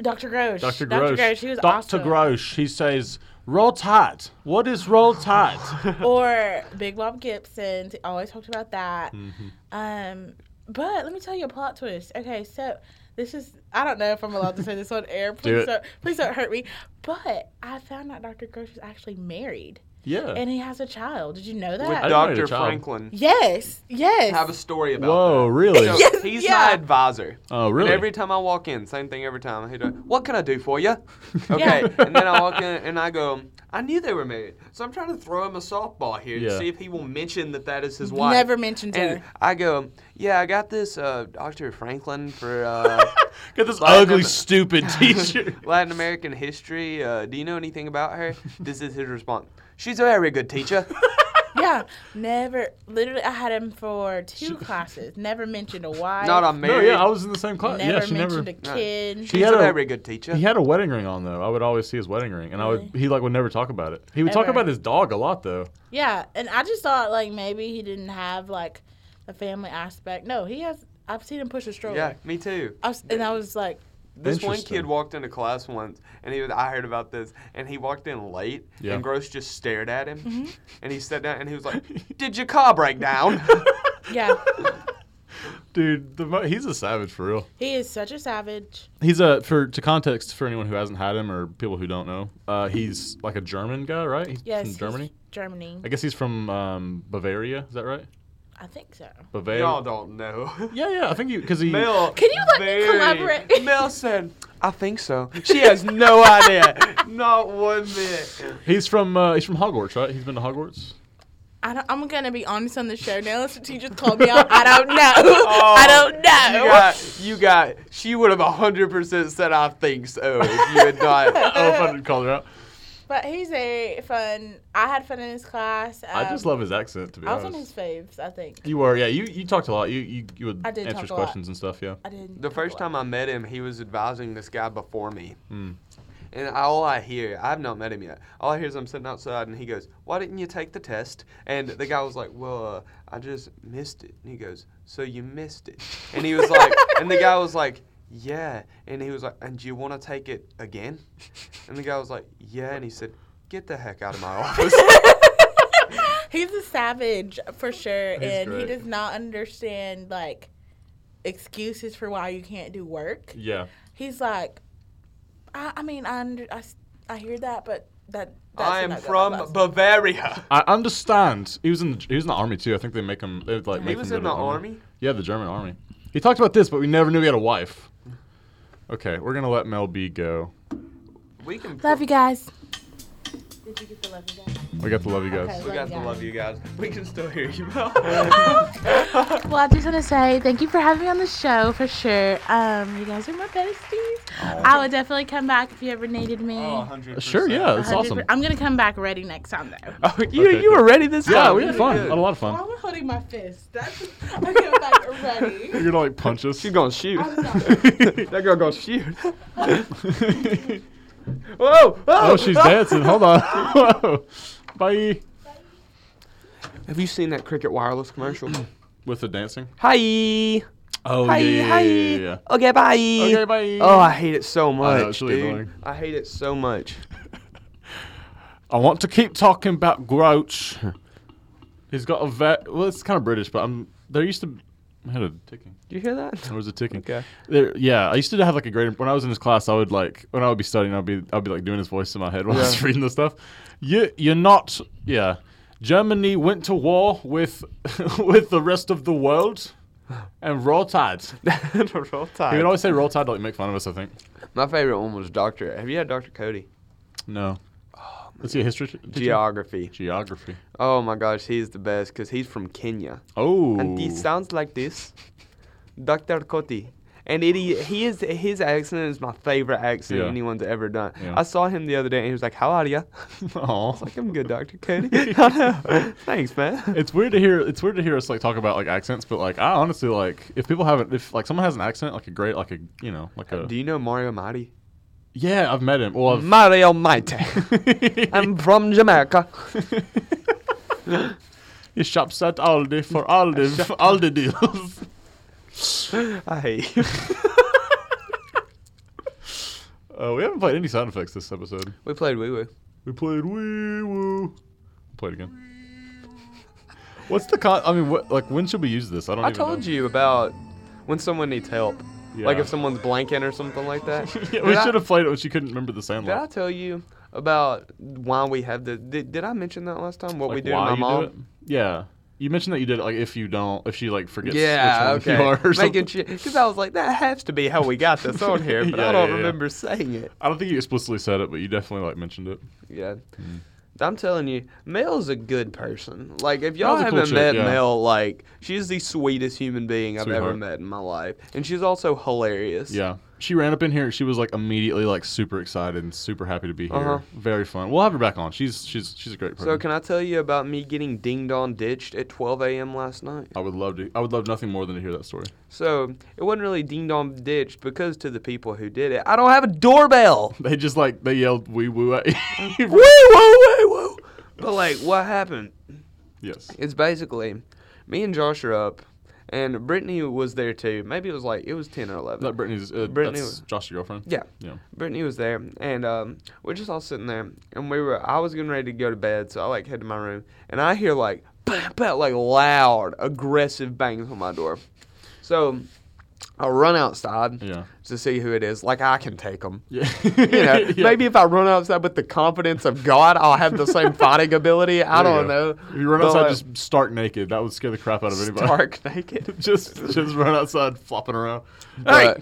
Dr. Grosh.
Dr.
Dr.
Grosh.
Grosh. He was awesome.
Grosh. He says, "Roll Tide." What is Roll Tide?
<laughs> Or Big Bob Gibson. He always talked about that.
Mm-hmm.
Um, but let me tell you a plot twist. Okay, so this is I don't know if I'm allowed to say this on air. Please
it.
don't please don't hurt me. But I found out Dr. Grosh is actually married
yeah.
and he has a child. Did you know that?
<laughs> I didn't know he had a
Dr.
child.
Franklin
yes. Yes.
have a story about
Whoa,
that.
really?
So,
Yes,
he's
yeah.
my advisor.
Oh,
And
really?
every time I walk in, same thing every time. He do, what can I do
<laughs>
for you? Okay, and then I walk in and I go, I knew they were married, so I'm trying to throw him a softball here
Yeah.
to see if he will mention that that is his wife.
Never mentioned
And
her.
I go, yeah, I got this uh, Dr. Franklin for
<laughs>
uh,
Get this
Latin
ugly,
Amer-
stupid teacher.
Latin American history. Uh, do you know anything about her? This is his response. She's a very
<laughs>
good teacher.
Yeah. Never literally I had him for two classes. Never mentioned a wife.
Not
no,
a married.
yeah, I was in the same class.
never
yeah, she never.
mentioned a kid.
She's
had
a
a-
very good teacher.
He had a wedding ring on though. I would always see his wedding ring, and I would. He like would never talk about it. He would talk
Ever.
about his dog a lot though.
Yeah, and I just thought like maybe he didn't have like the family aspect. No, he has. I've seen him push a stroller.
yeah, me too.
I was, and I was like,
This one
Interesting.
kid walked into class once, and he was, I heard about this, and he walked in late,
Yeah. Mm-hmm.
and Gross just stared at him, and he sat down, and he was like, "Did your car
<laughs>
break down?"
yeah,
Dude, the, mo- he's a savage for real.
he is such a savage.
He's a for to context for anyone who hasn't had him or people who don't know. Uh, he's like a German guy, right? He's
Yes,
from
he's
Germany.
Germany.
I guess he's from um, Bavaria. Is that right?
I think so.
Bavaria.
Y'all don't know.
Yeah, yeah. I think you because he.
Mel,
Can you let me
very- <laughs>
collaborate?
Mel said, "I think so." She has no idea, not one bit.
He's from uh, he's from Hogwarts, right? He's been to Hogwarts.
I don't, I'm gonna be honest on the show now. Unless the teacher called me out, I don't know. <laughs> I don't
Oh. You
know.
got, you got. She would have hundred percent said, "I think so." If you
<laughs>
had
<laughs>
not.
oh,
Uh,
if I didn't call her
um,
out.
But he's a fun. I had fun in his class. Um,
I just love his accent, to be
I was
honest.
on his faves. I think
You were, yeah. You you talked a lot. You you, you would
I did
answer
talk a lot.
questions and stuff, yeah.
<laughs> I didn't.
The first time I met him, he was advising this guy before me. And all I hear, I've not met him yet. All I hear is I'm sitting outside, and he goes, "Why didn't you take the test?" And the guy was like, "Well, uh, I just missed it." And he goes, "So you missed it?" And he was like, and the guy was like, "Yeah." And he was like, "And do you want to take it again?" And the guy was like, "Yeah." And he said, "Get the heck out of my office."
He's a savage for sure,
He's
and
great.
he does not understand like excuses for why you can't do work.
Yeah.
He's like, I, I mean, I, under, I s- I hear that, but that that's
I am
not good
from
advice.
Bavaria.
I understand. He was in the, he was in the army too. I think they make him they would, like
He
make
was
him
in
go to
the army?
Yeah, the German army. He talked about this, but we never knew he had a wife. Okay, we're gonna let Mel B go.
We can.
Love you guys. Did you get the love you guys?
We got to love you guys.
Okay.
We got to love you guys. We can still hear you. Mel.
Well, I just want to say thank you for having me on the show for sure. Um, you guys are my besties. I would definitely come back if you ever needed me.
Oh, Sure, yeah, that's
100%
awesome.
I'm gonna come back ready next time though.
<laughs>
Oh, you,
Okay,
you were
cool.
ready this
Yeah,
time.
we had
Really
fun.
good.
Had a lot of fun.
am I holding my fist? <laughs> That's I'm coming back ready.
You're gonna like punch us.
She's gonna shoot.
I'm not.
<laughs> that girl gonna shoot. Whoa!
<laughs>
Ah!
oh, she's dancing. Hold on. <laughs> Whoa. Bye.
Have you seen that Cricket
<clears throat>
Wireless commercial?
With the dancing.
hi.
Oh
Hi. hi. Okay, bye.
Okay, bye.
Oh, I hate it so much,
it's really
dude.
annoying.
I hate it so much.
I want to keep talking about Grouch. He's got a vet. Well, it's kind of British, but I'm. There used to. I had a ticking.
Did you hear that?
<laughs> There was a ticking.
Okay.
There, yeah, I used to have like a great. When I was in this class, I would like when I would be studying, I'd be I'd be like doing his voice in my head while I was
Yeah.
reading the stuff. You you're not. Yeah, Germany went to war with <laughs> with the rest of the world, and roll tide.
<laughs> Roll
He
Tide.
would always say roll tide to like make fun of us. I think.
My favorite one was Doctor. Have you had Doctor Cody?
No. Let's see a history. did you-
Geography.
Geography.
Oh my gosh, he's the best because he's from Kenya.
Oh.
and he sounds like this, Dr. Koti. And it, he he is his accent is my favorite accent
Yeah.
anyone's ever done.
Yeah.
I saw him the other day and he was like, "How are you?"
<laughs> Aw.
<laughs> Like, "I'm good, Dr. Cody."
<laughs>
<laughs> I know. Thanks, man.
It's weird to hear. It's weird to hear us like talk about like accents, but like I honestly like if people haven't, if like someone has an accent, like a great, like a you know, like a
Do you know Mario Mighty?
yeah, I've met him. Well, I've,
Mario Mighty.
<laughs>
I'm from Jamaica.
he shops at Aldi for Aldi <laughs> Aldi deals.
I hate you.
<laughs> uh, we haven't played any sound effects this episode.
We played Wee Woo.
We played Wee Woo. Play it <laughs> again. What's the con? I mean, what like when should we use this? I don't.
I
even
told
know.
you about when someone needs help. Like
Yeah.
if someone's blanking or something like that.
<laughs> yeah, we
Did I-
should have played it when she couldn't remember the sound.
Did I tell you about why we have the? Did, did I mention that last time? What we
Like,
do to
why
my
you do
mom?
it? Yeah. You mentioned that you did it like if you don't if she like forgets
Yeah,
which one you
okay.
are or something.
Making because I was like, that has to be how we got this on here, but
Yeah,
I don't
yeah, yeah.
remember saying it.
I don't think you explicitly said it, but you definitely like mentioned it.
Yeah.
Mm.
I'm telling you, Mel's a good person. Like, if y'all
Mel's a cool
haven't
chick,
met
yeah.
Mel, like, she's the sweetest human being I've ever
Sweetheart.
met in my life. And she's also hilarious.
Yeah. She ran up in here. She was like immediately like super excited and super happy to be here.
Uh-huh.
Very fun. We'll have her back on. She's she's she's a great person.
So, can I tell you about me getting ding dong ditched at 12 a.m. last night?
I would love to. I would love nothing more than to hear that story.
So, it wasn't really ding dong ditched because to the people who did it, I don't have a doorbell. <laughs>
They just like they yelled wee woo at you.
woo, woo, woo, woo. But, like, what happened?
<laughs> yes.
It's basically me and Josh are up, and Brittany was there too. Maybe it was like it was ten or eleven.
That Brittany's uh,
Brittany-
that's Josh's girlfriend.
Yeah.
Yeah.
Brittany was there, and um, we're just all sitting there, and we were. I was getting ready to go to bed, so I like head to my room, and I hear like, bah, bah, like loud, aggressive bangs on my door. So I run outside
Yeah.
to see who it is. Like I can take them.
Yeah.
<laughs> You know,
<laughs> Yeah.
maybe if I run outside with the confidence of God, I'll have the
<laughs>
same fighting ability. I
There you
don't
go.
know.
If you run
But,
outside
like,
just stark naked, that would scare the crap out of anybody.
stark naked.
<laughs> just just run outside flopping around.
But,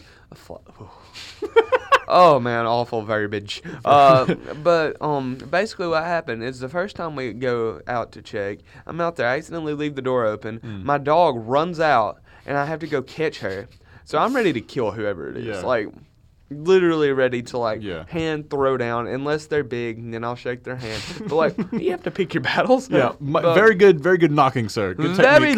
oh man, awful
<laughs>
verbiage. Uh, but um, basically, what happened is the first time we go out to check, I'm out there, I accidentally leave the door open.
Hmm.
My dog runs out, and I have to go catch her. So I'm ready to kill whoever it is.
Yeah.
Like, literally ready to like
Yeah.
hand throw down unless they're big and then I'll shake their hand.
<laughs>
But like you have to pick your battles.
Yeah, my,
But
very good, very good knocking, sir. Good
very
technique.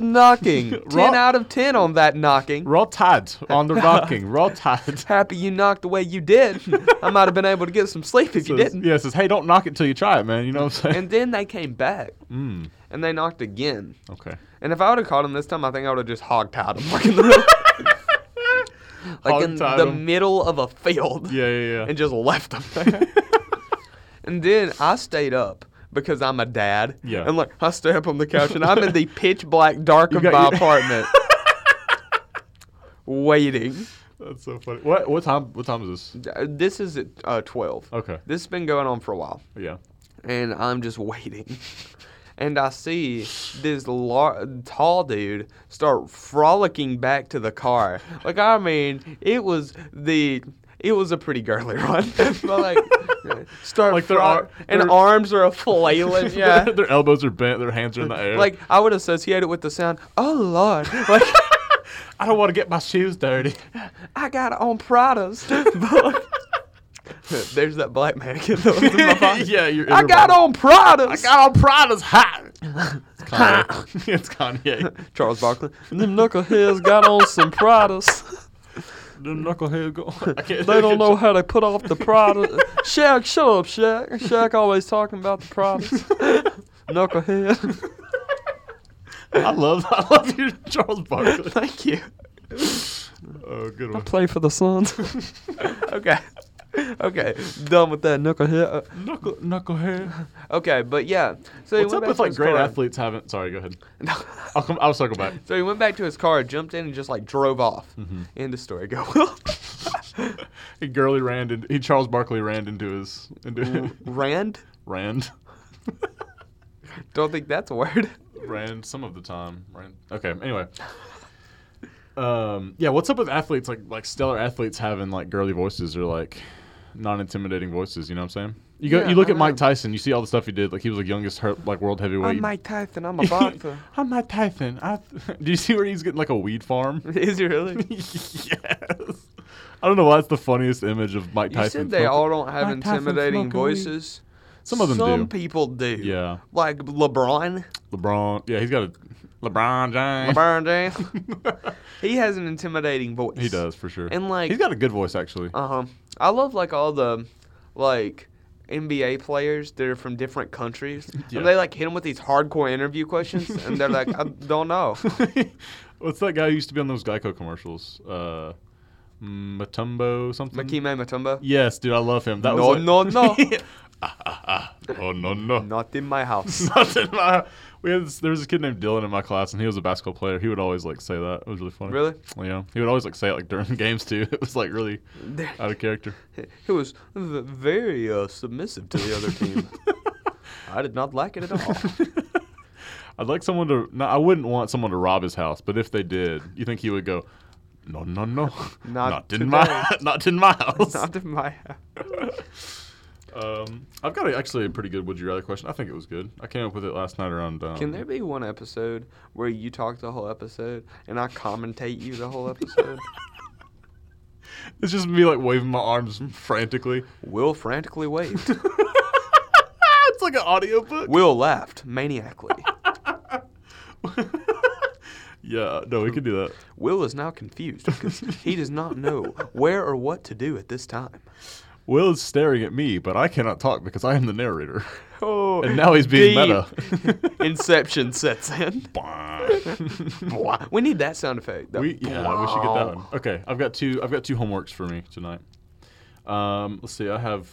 <laughs>
knocking.
Raw-
ten out of ten on that knocking.
Raw tide on
<laughs>
the knocking. Raw tide.
Happy you knocked the way you did. I might have been able to get
<laughs>
some sleep if you
Says-
didn't.
Yeah, it says, hey, don't knock it till you try it, man. You know what I'm saying?
And then they came back
Mm,
and they knocked again.
okay.
And if I would have caught him this time, I think I would have just hogtied him like
<laughs>
in the, like in
Hogtied
the
him.
middle of a field
Yeah, yeah, yeah.
and just left him
<laughs>
there. and then I stayed up because I'm a dad.
Yeah.
And like I stay up on the couch and I'm
<laughs>
in the pitch black dark
You
of
got- you-
my
<laughs>
apartment. waiting.
That's so funny. What what time what time is this?
Uh, This is at uh, 12.
Okay.
This has been going on for a while.
Yeah.
and I'm just <laughs> waiting. And I see this lar- tall dude start frolicking back to the car. Like I mean, it was the it was a pretty girly <laughs> run, but like start
Like
like
their ar-
and
their-
arms are a
<laughs>
flailing. Yeah,
their, elbows are bent, their hands are in the air.
like I would associate it with the sound. Oh Lord, <laughs> like
I don't want to get my shoes
<laughs>
dirty. <laughs>
I got on Pradas. <laughs> But- There's that black mannequin that was in my <laughs>
<laughs>
pocket.
yeah, you're in
I
your
got
body.
on Pradas.
on Prada's hot. It's Kanye. <laughs> it's
<laughs>
Kanye.
Charles Barkley. And them knuckleheads got on some Pradas.
<laughs> Them knucklehead go. I can't-
<laughs> They don't know how they put off
<laughs>
the Pradas. Shaq, shut up, Shaq. Shaq always talking about the
<laughs>
Pradas. <laughs> Knucklehead.
I love, I love you, Charles
<laughs>
Barkley.
Thank you.
Oh, good
I
one.
play for
<laughs>
the Suns. okay. Okay. Done with that knucklehead.
Knuckle, knucklehead.
Okay, but yeah. So he
What's
went
up
back
with
to
like
his
great
car.
athletes haven't? Sorry, go ahead. I'll come. I'll circle back.
<laughs> So he went back to his car, jumped in, and just like drove off.
Mm-hmm.
End of story. Go <laughs> well.
He girly ran into he Charles Barkley ran into his <laughs> into
Rand?
Rand.
Don't think that's a word.
Ran some of the time. Ran okay, anyway. Um yeah, what's up with athletes like like stellar athletes having like girly voices or like non intimidating voices, you know what I'm saying? You go
Yeah,
you look
I
at Mike
know.
Tyson, you see all the stuff he did, like he was the youngest her, like world heavyweight. <laughs>
I'm Mike Tyson. I'm a boxer.
I'm Mike Tyson. I <laughs> Do you see where he's getting like a weed farm?
<laughs> Is he really?
yes. I don't know why it's the funniest image of Mike
You
Tyson.
said they
smoking-
all don't have
Mike Tyson
intimidating
smoking weed.
voices.
Some of them
Some
do.
people do.
Yeah. <laughs>
Like LeBron.
LeBron. Yeah, he's got a LeBron James.
LeBron James. he has an intimidating
<laughs>
voice.
he does for sure.
And, like-
he's got a good voice actually.
Uh huh. I love like all the like NBA players that are from different countries.
Yeah.
And they like hit them with these hardcore interview questions, and they're like,
<laughs>
I don't know.
<laughs> What's that guy who used to be on those Geico commercials? Uh, Matumbo something.
Makime Matumbo.
Yes, dude, I love him. That
No,
was
no, no.
no, <laughs> oh no, no. <laughs>
Not in my house.
Not in my- we had this, there was a kid named Dylan in my class, and he was a basketball player. He would always like say that. It was really funny.
Really?
Yeah. He would always like say it like during <laughs> the games too. It was like really out of character.
It was v- very uh, submissive to the other team. <laughs> I did not like it at all.
I'd like someone to. No, I wouldn't want someone to rob his house, but if they did, you think he would go? No, no, no. <laughs>
Not
in my.
today."
<laughs> Not in my house.
<laughs> <laughs> Not in my <laughs> house.
um, I've got a, actually a pretty good would you rather question. I think it was good. I came up with it last night around. Um,
Can there be one episode where you talk the whole episode and I commentate you the whole <laughs> episode?
It's just me like waving my arms <laughs> frantically. Ah,
Will frantically waved.
it's like an audiobook.
Will laughed maniacally.
yeah, no, we could do that.
Will is now confused because he does not know where or what to do at this time.
Will is staring at me, but I cannot talk because I am the
<laughs>
narrator. <laughs>
Oh,
And now he's being meta.
<laughs> Inception sets in. we need that sound effect. though.
We, yeah, we should get that one. Okay, I've got two. I've got two homeworks for me tonight. Um, let's see. I have.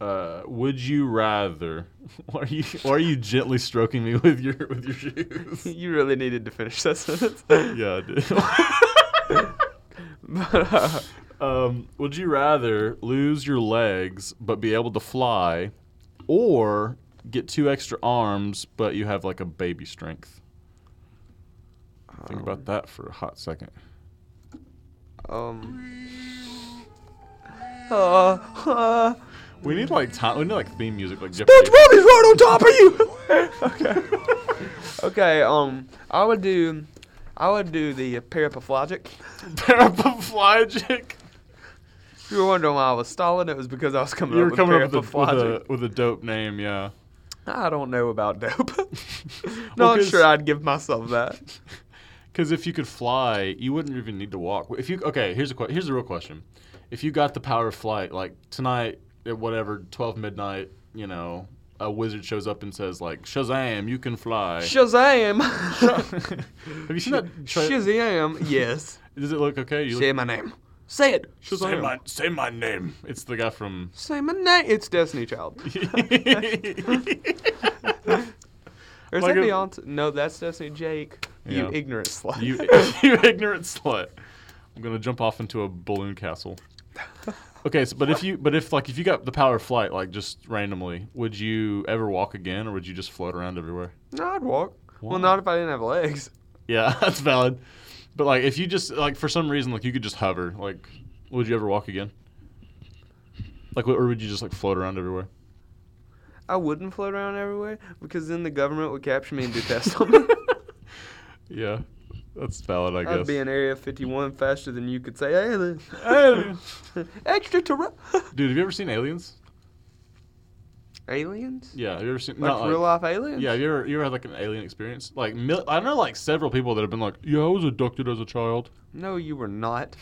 Uh, would you rather? <laughs> Why are you? Why are you gently stroking me with your with your shoes? <laughs>
You really needed to finish that sentence.
yeah. I
But, uh,
did. <laughs> um, would you rather lose your legs but be able to fly, or get two extra arms but you have like a baby strength? Think about that for a hot second.
um. Uh, uh,
We need like time. We need like theme music, like
Bitch,
Jeopardy.
mommy's right on top of you. okay. <laughs> Okay. Um, I would do, I would do the paraplegic.
paraplegic.
If you were wondering why I was stalling, it was because I was
<laughs>
coming
You
up
were
with
coming up with a, with, a,
paraplegic.
with a dope name, yeah.
I don't know about dope. <laughs> no,
Well,
I'm
'cause-
sure I'd give myself that.
Because if you could fly, you wouldn't even need to walk. If you okay, here's a que- here's the real question: If you got the power of flight, like tonight at whatever twelve midnight, you know, a wizard shows up and says like Shazam, you can fly.
Shazam!
<laughs> Have you seen that? Tra-
<laughs> Shazam! Yes.
Does it look okay? You
Say
look-
my name. Say it.
Say my say my name. It's the guy from. <laughs>
Say my name. It's Destiny Child. Or is
Like
that
a-
Beyonce? No, that's Destiny Jake. You
Yeah.
ignorant slut. <laughs>
you <laughs> you ignorant slut. I'm gonna jump off into a balloon castle. Okay, so, but if you but if like if you got the power of flight like just randomly, would you ever walk again, or would you just float around everywhere?
no, I'd walk.
Why?
Well, not if I didn't have legs.
Yeah, <laughs> that's valid. But like if you just like for some reason like you could just hover, like would you ever walk again? Like or would you just like float around everywhere?
I wouldn't float around everywhere because then the government would capture me and do tests on me.
Yeah, that's valid, <laughs> I
I'd
guess.
be in Area 51 faster than you could say, hey, <laughs>
Alien.
the- extraterrestrial.
Dude, have you ever seen Aliens?
<laughs> aliens?
Yeah, have you ever seen
Like
not,
real life aliens?
Yeah, have you ever you ever had like an alien experience? Like mil- I know like several people that have been like, yeah, I was abducted as a
<laughs>
child.
No, you were not.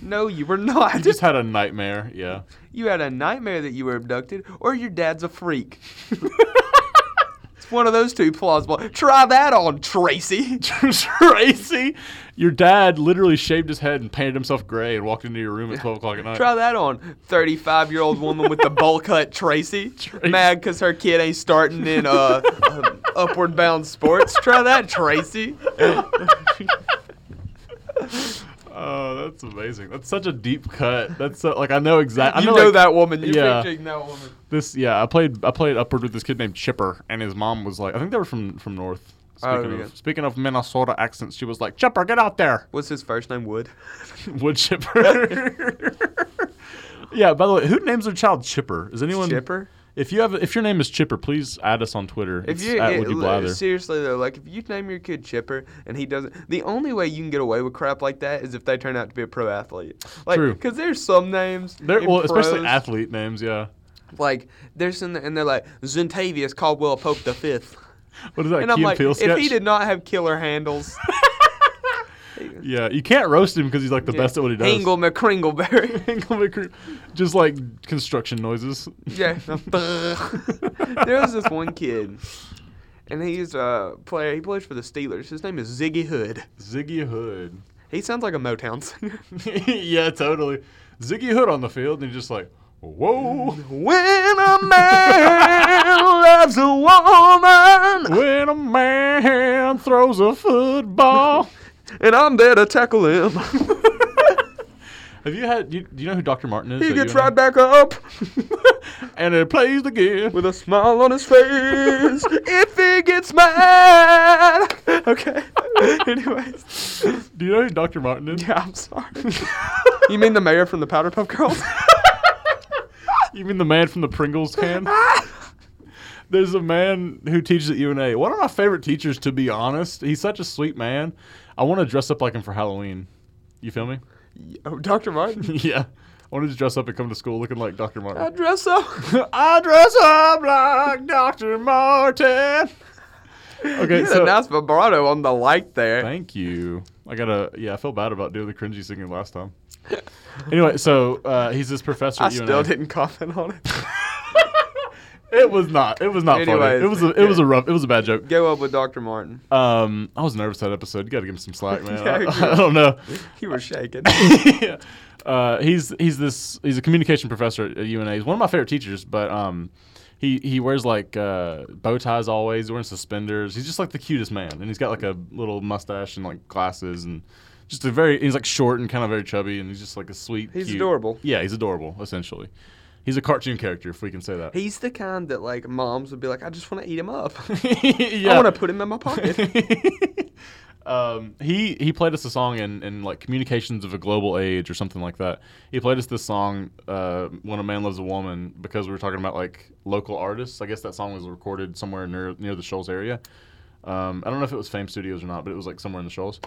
No, you were
<laughs>
not.
I just had a nightmare. Yeah.
<laughs>
<laughs>
You had a nightmare that you were abducted, or your dad's
<laughs>
a freak. it's one of those two plausible. Try that
<laughs>
on, Tracy.
Tracy, your dad literally shaved his head and painted himself gray and walked into your room at twelve o'clock at night. <laughs>
<laughs> Try that on, 35 year old woman with the bowl cut, Tracy.
Tracy.
Mad because her kid ain't starting in uh, <laughs> uh, upward bound sports. Try that, Tracy.
Oh, that's amazing. That's such a deep cut. That's so, like I know exactly.
you
I
know,
know, like,
that woman. You're
yeah.
picturing that woman.
This yeah, I played I played Upward with this kid named Chipper, and his mom was like, I think they were from from North. Speaking,
Oh,
of,
yeah.
speaking of Minnesota accents, she was like, Chipper, get out there,
What's his first
<laughs>
name? Wood.
wood chipper. <laughs> yeah. By the way, who names their child Chipper? Is anyone
Chipper?
If you have if your name is Chipper, please add us on Twitter.
If
It's
you
at
it-
Would You
li-
Blather.
seriously though, like if you name your kid Chipper and he doesn't, the only way you can get away with crap like that is if they turn out to be a pro athlete. Like,
True.
Because there's some names,
They're-
in
well, especially
pros,
athlete names. Yeah.
like there's some, and they're like Zentavious Caldwell Pope the fifth,
What is that?
and
Key
I'm like,
and Peele
if
sketch?
he did not have killer
<laughs>
handles,
yeah, you can't roast him because he's like the best at what he does. <laughs>
Hingle McCringleberry. <laughs>
Angle McCre- just like construction noises.
Yeah. <laughs> there was this one kid, and he's a player. He plays for the Steelers. His name is Ziggy Hood.
Ziggy Hood.
He sounds like a
<laughs>
Motown singer.
yeah, totally. Ziggy Hood on the field, and you're just like, whoa.
When a man <laughs> loves a woman,
When a man throws a
<laughs>
football.
and I'm there to
<laughs>
tackle him,
Have you had? You, do you know who Dr. Martin is?
he
that
gets
you
right back up
know? <laughs> And it plays again.
with a smile on his face if he gets mad. <laughs> Okay. Anyways,
Do you know who Dr. Martin is?
<laughs> yeah, I'm sorry. You mean the mayor from the Powder Puff <laughs> Girls?
You mean the man from the Pringles
<laughs>
can? There's a man who teaches at UNA. One of my favorite teachers, to be honest. He's such a sweet man. I want to dress up like him for Halloween. You feel me?
oh, Dr. <laughs> Martin.
<laughs> yeah. I want to just dress up and come to school looking like Dr.
I
Martin.
dress <laughs> up. Ah,
I dress up like Dr. Martin. Okay,
You had
so
a nice vibrato on the light there.
thank you. I gotta. Yeah, I feel bad about doing the cringy singing last
<laughs>
time. anyway, so uh, he's this professor.
I
at UNA.
still didn't comment on
<laughs>
it.
It was not. It was not
Anyways,
funny. It was. A, it was a rough. It was a bad joke.
Go up with Dr. Martin.
Um, I was nervous that episode. You got to give him some
<laughs>
slack, man.
Yeah,
<laughs> I,
you-
I don't know.
You were <laughs> shaking.
<laughs> uh, he's he's this he's a communication professor at UNA. He's one of my favorite teachers, but um, he he wears like uh, bow ties always. He's wearing suspenders. He's just like the cutest man, and he's got like a little mustache and like glasses and. Just a very, he's like short and kind of very chubby, and he's just like a sweet.
He's
cute-
adorable.
Yeah, he's adorable. Essentially, he's a cartoon character, if we can say that.
He's the kind that like moms would be like, I just want to eat him up.
<laughs> yeah.
I want to put him in
<laughs>
my pocket.
um, he he played us a song in, in like communications of a global age or something like that. He played us this song uh, when a man loves a woman because we were talking about like local artists. I guess that song was recorded somewhere near near the Shoals area. Um, I don't know if it was Fame Studios or not, but it was like somewhere in the Shoals.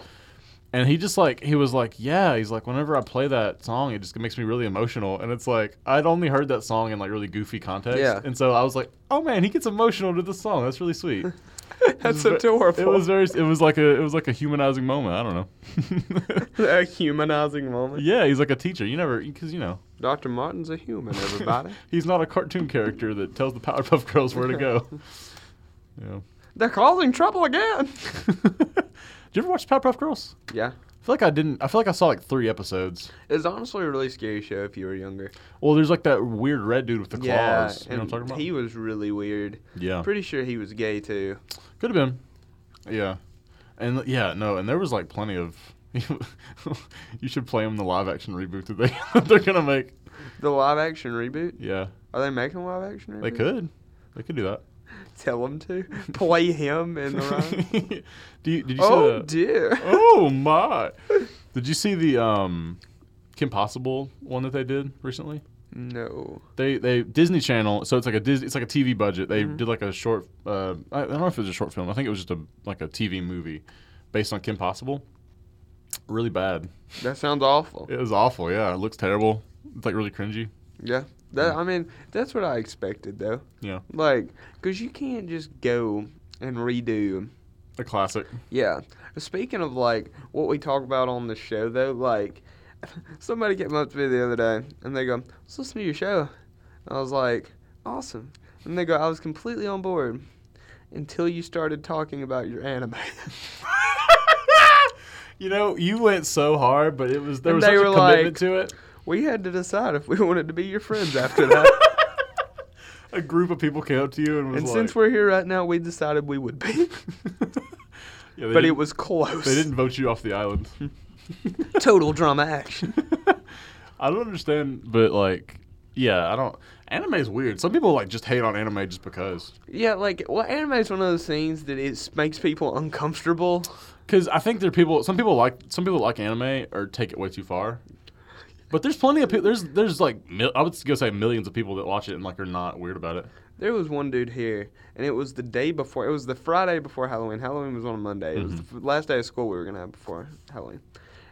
And he just like he was like, yeah. He's like, whenever I play that song, it just makes me really emotional. And it's like I'd only heard that song in like really goofy context,
Yeah.
and so I was like, oh man, he gets emotional to this song. That's really sweet.
<laughs> That's
It was ve-
adorable.
It was very. It was like a. It was like a humanizing moment. I don't know.
<laughs> a humanizing moment.
yeah, he's like a teacher. You never because you know
Dr. Martin's a human, everybody.
<laughs>
<laughs>
he's not a cartoon character that tells the Powerpuff Girls where to
<laughs>
go. Yeah.
They're causing
<laughs>
trouble again.
Did you ever watch Powerpuff Girls?
Yeah.
I feel like I didn't. I feel like I saw like three episodes.
It's honestly a really scary show if you were younger.
Well, there's like that weird red dude with the claws. you know what I'm
and
talking about? Oh.
He was really weird.
yeah,
Pretty sure he was gay too.
could have been. Yeah, and yeah, no, and there was like plenty of. <laughs> you should play him in the live action reboot that they <laughs> that they're gonna make.
The live action reboot?
Yeah,
Are they making a live action reboot?
they could. They could do that.
Tell them to. <laughs> Play him in
<laughs>
the rhyme.
do you, did you
oh,
see the,
dear.
Oh my! Did you see the um, Kim Possible one that they did recently?
No.
They they Disney Channel, so it's like a Disney, it's like a TV budget. They
Mm-hmm.
did like a short. Uh, I, I don't know if it was a short film. I think it was just a like a TV movie based on Kim Possible. Really bad.
That sounds awful.
It was awful. Yeah, it looks terrible. It's like really cringy.
Yeah. That I mean, that's what I expected though.
Yeah.
Like, cause you can't just go and redo.
A classic.
Yeah. Speaking of like what we talk about on the show though, like <laughs> somebody came up to me the other day and they go, "Let's listen to your show." I was like, "Awesome." And they go, "I was completely on board until you started talking about your anime." <laughs>
You know, you went so hard, but it was there
And
was
they
such a
were like-
commitment to it.
we had to decide if we <laughs> wanted to be your friends
<laughs>
after that.
A group of people came up to you and was
and
like,
since we're here right now, we decided we would be.
yeah, they
<laughs> but it
didn't-
was Hmm. close.
They didn't vote you off the island.
Total drama action. <laughs>
I don't understand, but like, yeah, I don't. Anime is weird. Some people like just hate on anime just because.
Yeah, like well, anime is one of those things that it makes people uncomfortable.
Because I think there are people. Some people like some people like anime or take it way too far. But there's plenty of people. There's there's like mil- I would go say millions of people that watch it and like are not weird about it.
There was one dude here, and it was the day before. It was the Friday before Halloween. Halloween was on a Monday. It was
Mm-hmm.
the f- last day of school we were gonna have before Halloween.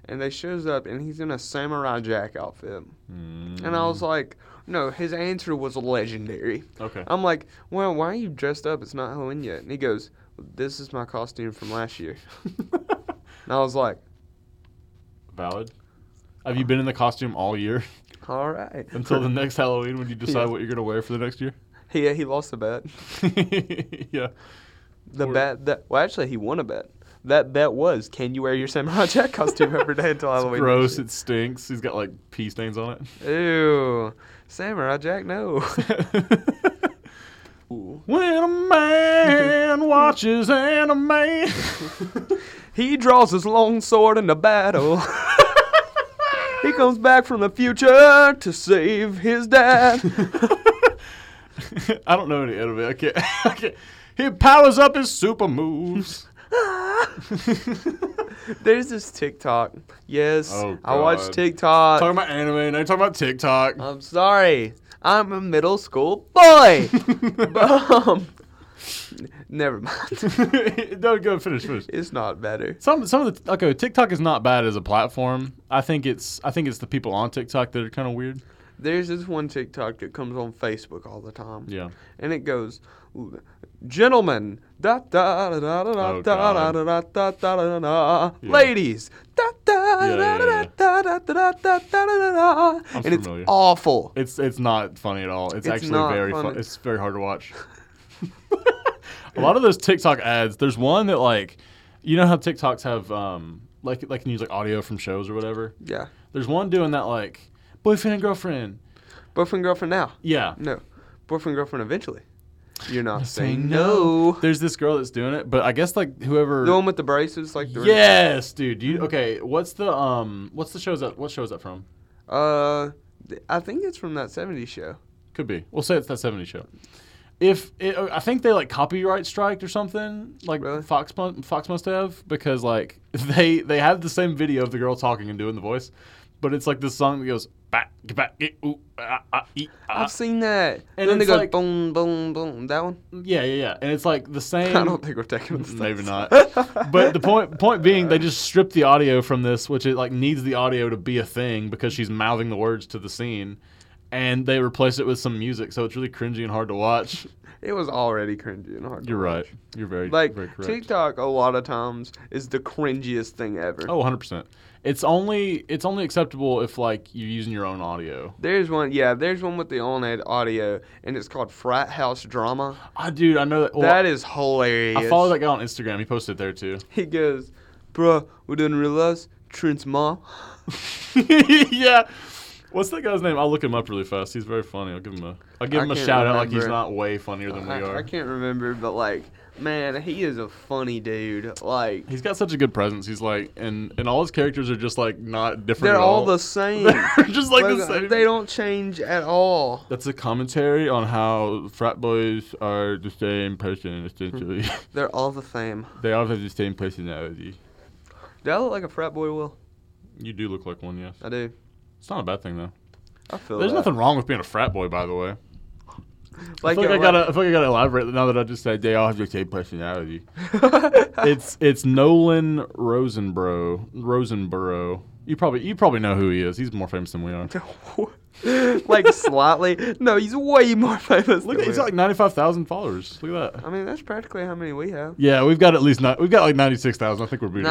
And they shows up, and he's in a samurai jack outfit. And I
Mm.
was like, no, his answer was legendary.
Okay.
I'm like, well, why are you dressed up? It's not Halloween yet. And he goes, this is my costume from last year. and I was like,
Valid. Have you been in the costume all year <laughs>
all right.
until the next Halloween when you decide
<laughs> Yeah.
what you're gonna wear for the next year? <laughs>
yeah, he lost the bet.
yeah.
The
Or-
bet that well, actually, he won a bet. That bet was, can you wear your samurai jack costume every day until
It's
Halloween? next
gross.
year?"
It stinks. He's got like pee stains on it.
Ew, samurai jack, no. <laughs> Ooh.
when a man watches anime. <laughs>
He draws his long sword in the battle. he comes back from the future to save his dad. <laughs>
I don't know any anime. I can't, <laughs> I can't. He powers up his super moves.
There's this TikTok. Yes,
Oh,
I watch
God.
TikTok.
talking about anime, now you're talking about TikTok.
I'm sorry. I'm a middle school
<laughs>
boy. um, never mind. <laughs>
no, go finish, finish.
It's not better.
Some some of the okay, TikTok is not bad as a platform. I think it's I think it's the people on TikTok that are kind of weird.
There's this one TikTok that comes on Facebook all the time.
Yeah.
And it goes, gentlemen, da da da da da da
Oh,
da da
God.
da da da da da da,
Yeah.
ladies, da da
Yeah,
da
yeah,
da
yeah.
da da da da da da da da,
I'm
and it's
familiar.
awful.
It's it's not funny at all. It's,
It's
actually
not
very
funny.
fun. It's very hard to
<laughs>
watch. a lot of those TikTok ads. There's one that like, you know how TikToks have um like like can use like audio from shows or whatever.
Yeah.
There's one doing that like boyfriend and girlfriend.
Boyfriend girlfriend now.
Yeah.
No. Boyfriend girlfriend eventually. You're not saying no.
There's this girl that's doing it, but I guess like whoever.
The one with the braces, like the
yes, dude. You, okay, what's the um? What's the shows that? What shows that from?
Uh, th- I think it's from that '70s show.
Could be. We'll say it's that '70s show. If it, I think they like copyright striked or something, like
Really?
Fox mu- Fox must have <laughs> because like they they have the same video of the girl talking and doing the voice, but it's like this song that goes back, get back, get, ooh, ah, ah, ee, ah.
I've seen that.
And
And then they
it's
go
like-
boom, boom, boom. That one. <laughs>
Yeah, yeah, yeah. And it's like the same.
I don't think we're taking this.
Maybe not. but the point point being, they just stripped the audio from this, which it like needs the audio to be a thing because she's mouthing the words to the scene, and they replace it with some music. So it's really cringy and hard to watch.
It was already cringy and hard. to
You're
watch.
right. You're very
Like
very correct.
TikTok, a lot of times is the cringiest thing ever.
Oh, 100 percent. It's only it's only acceptable if like you're using your own audio.
There's one, yeah. There's one with the on-ed audio, and it's called Frat House Drama.
Ah, dude, I know that. Well,
that is hilarious.
I follow that guy on Instagram. He posted it there
<laughs>
too.
He goes, "Bruh, we didn't realize Trent's mom."
yeah. What's that guy's name? I'll look him up really fast. He's very funny. I'll give him a I'll give
I
him a
can't
shout out like he's
remember.
not way funnier
<laughs>
than we
I,
are.
I can't remember, but like, man, he is a funny dude. Like,
He's got such a good presence. He's like, and and all his characters are just like not different.
they're
at <laughs>
all the same.
They're just like the
Like,
same.
They don't change at all.
That's a commentary on how frat boys are the same person essentially. <laughs>
They're all the same.
they all have the same personality.
Do I look like a frat boy? Will
You do look like one, yes.
I do?
It's not a bad thing though.
I feel
There's
that.
nothing wrong with being a frat boy, by the way.
Like,
I feel like
it-
I gotta, I feel like I gotta elaborate now that I just said they all have the same <laughs> personality.
<laughs> it's
it's it's Nolan Rosenbro Rosenborough. You probably you probably know who he is. He's more famous than we are.
<laughs> like slightly. No, he's way more
<laughs>
famous.
Look,
than
at, he's
we
got
are.
like ninety five thousand followers. Look at that.
I mean, that's practically how many we
<laughs>
have.
Yeah, we've got at least ni- we've got like ninety six thousand. I think we're beating. him.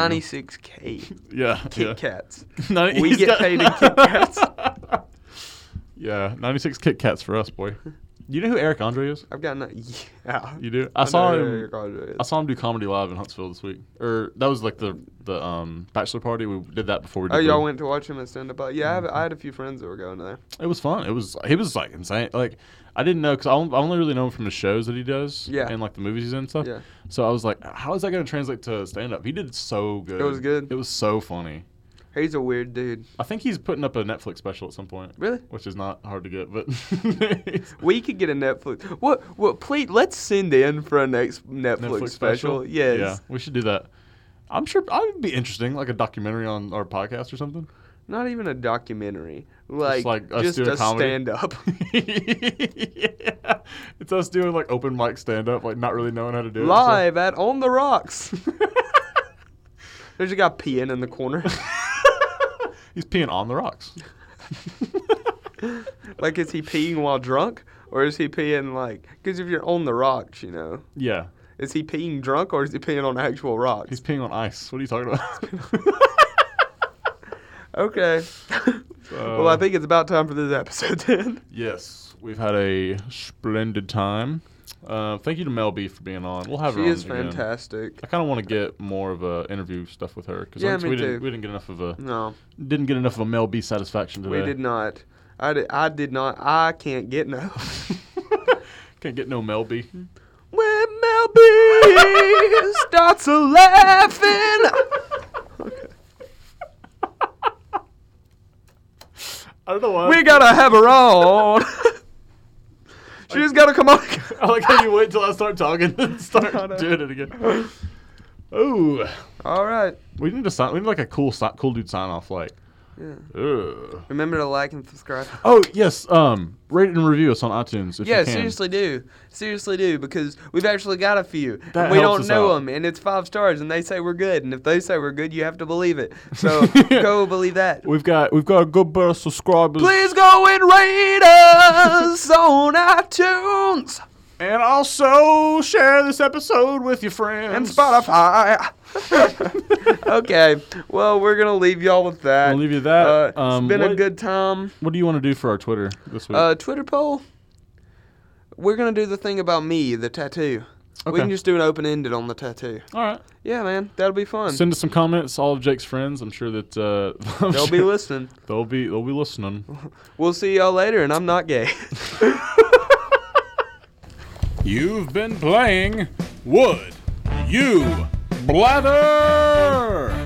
<laughs>
Ninety-six k
Yeah,
Kit
yeah.
Kats.
<laughs> Ninety-
We
he's
get
<laughs>
paid in Kit Kats.
yeah, ninety six Kit Kats for us, <laughs> boy. You know who Eric Andre is?
I've got no. Yeah.
You do? I, saw
know
him.
who Eric Andre is.
I saw him do comedy live in Huntsville this week, or that was like the the um, bachelor party. We did that before we. Did
Oh, y'all
the-
went to watch him at stand up. Yeah, I, have, I had a few friends that were going there.
It was fun. It was he was like insane. Like I didn't know because I on- I only really know him from the shows that he does.
Yeah.
And like the movies he's in and stuff.
Yeah.
So I was like, how is that going to translate to stand up? He did so good.
It was good.
It was so funny.
He's a
<laughs>
weird dude.
I think he's putting up a Netflix special at some point.
Really?
Which is not hard to get, but <laughs>
We could get a Netflix. What? What? Please, let's send in for a next Netflix, special. Yes.
Yeah, we should do that. I'm sure I would be interesting, like a documentary on our podcast or something.
Not even a documentary. Like,
like us
just
doing
a
comedy.
stand up.
yeah. <laughs> It's us doing like open mic stand up, like not really knowing how to do
Live at On the Rocks. <laughs>
it. Live.
There's a guy peeing in the corner. <laughs>
He's peeing on the rocks.
like, is he peeing while drunk? Or is he peeing like. Because if you're on the rocks, you know.
yeah.
Is he peeing drunk or is he peeing on actual rocks?
He's peeing on ice. What are you talking about?
<laughs> Okay. <laughs> well, I think it's about time for this episode <laughs> then.
yes, we've had a splendid time. Uh, thank you to Mel B for being on. We'll have her
She
on
is
again.
fantastic.
I kind of want to get more of a interview stuff with her because
Yeah,
we
me
didn't
too.
we didn't get enough of a
No,
didn't get enough of a Mel B satisfaction today.
we did not. I did, I did not. I can't get no.
<laughs>
<laughs>
Can't get no Mel B.
when Mel B starts a <laughs> laughing.
I don't know why.
We gotta have her <laughs> on. She's gotta come on.
I like how you wait till I start talking and start
I know.
doing it again. Oh,
<laughs> All right.
we need to sign. We need like a cool si- cool dude sign off like.
Yeah.
Ugh.
Remember to like and subscribe.
Oh yes, um, rate and review us on iTunes. If
Yeah,
you can.
seriously do. Seriously do because we've actually got a few.
That
and we
helps
don't
us
know
out.
them and it's 5 stars and they say we're good and if they say we're good you have to
<laughs>
believe it. So go believe that.
We've got we've got a good bit of subscribers,
<laughs> Please go and rate us on iTunes
and also share this episode with your friends
and
<laughs>
Spotify. <laughs> okay. Well, we're going to leave y'all with that.
We'll leave you that.
Uh,
Um,
it's been a
what-
good time.
What do you want to do for our Twitter this week?
Uh, Twitter poll. We're going to do the thing about me, the tattoo. We
Okay.
can just do an open-ended on the tattoo.
All right,
Yeah, man. That'll be fun.
send us some comments. All of Jake's friends, I'm sure that uh, <laughs> I'm
They'll be
sure-
listening.
they'll be they'll be listening.
We'll see y'all later, and I'm not gay. <laughs>
You've been playing Would You Blather?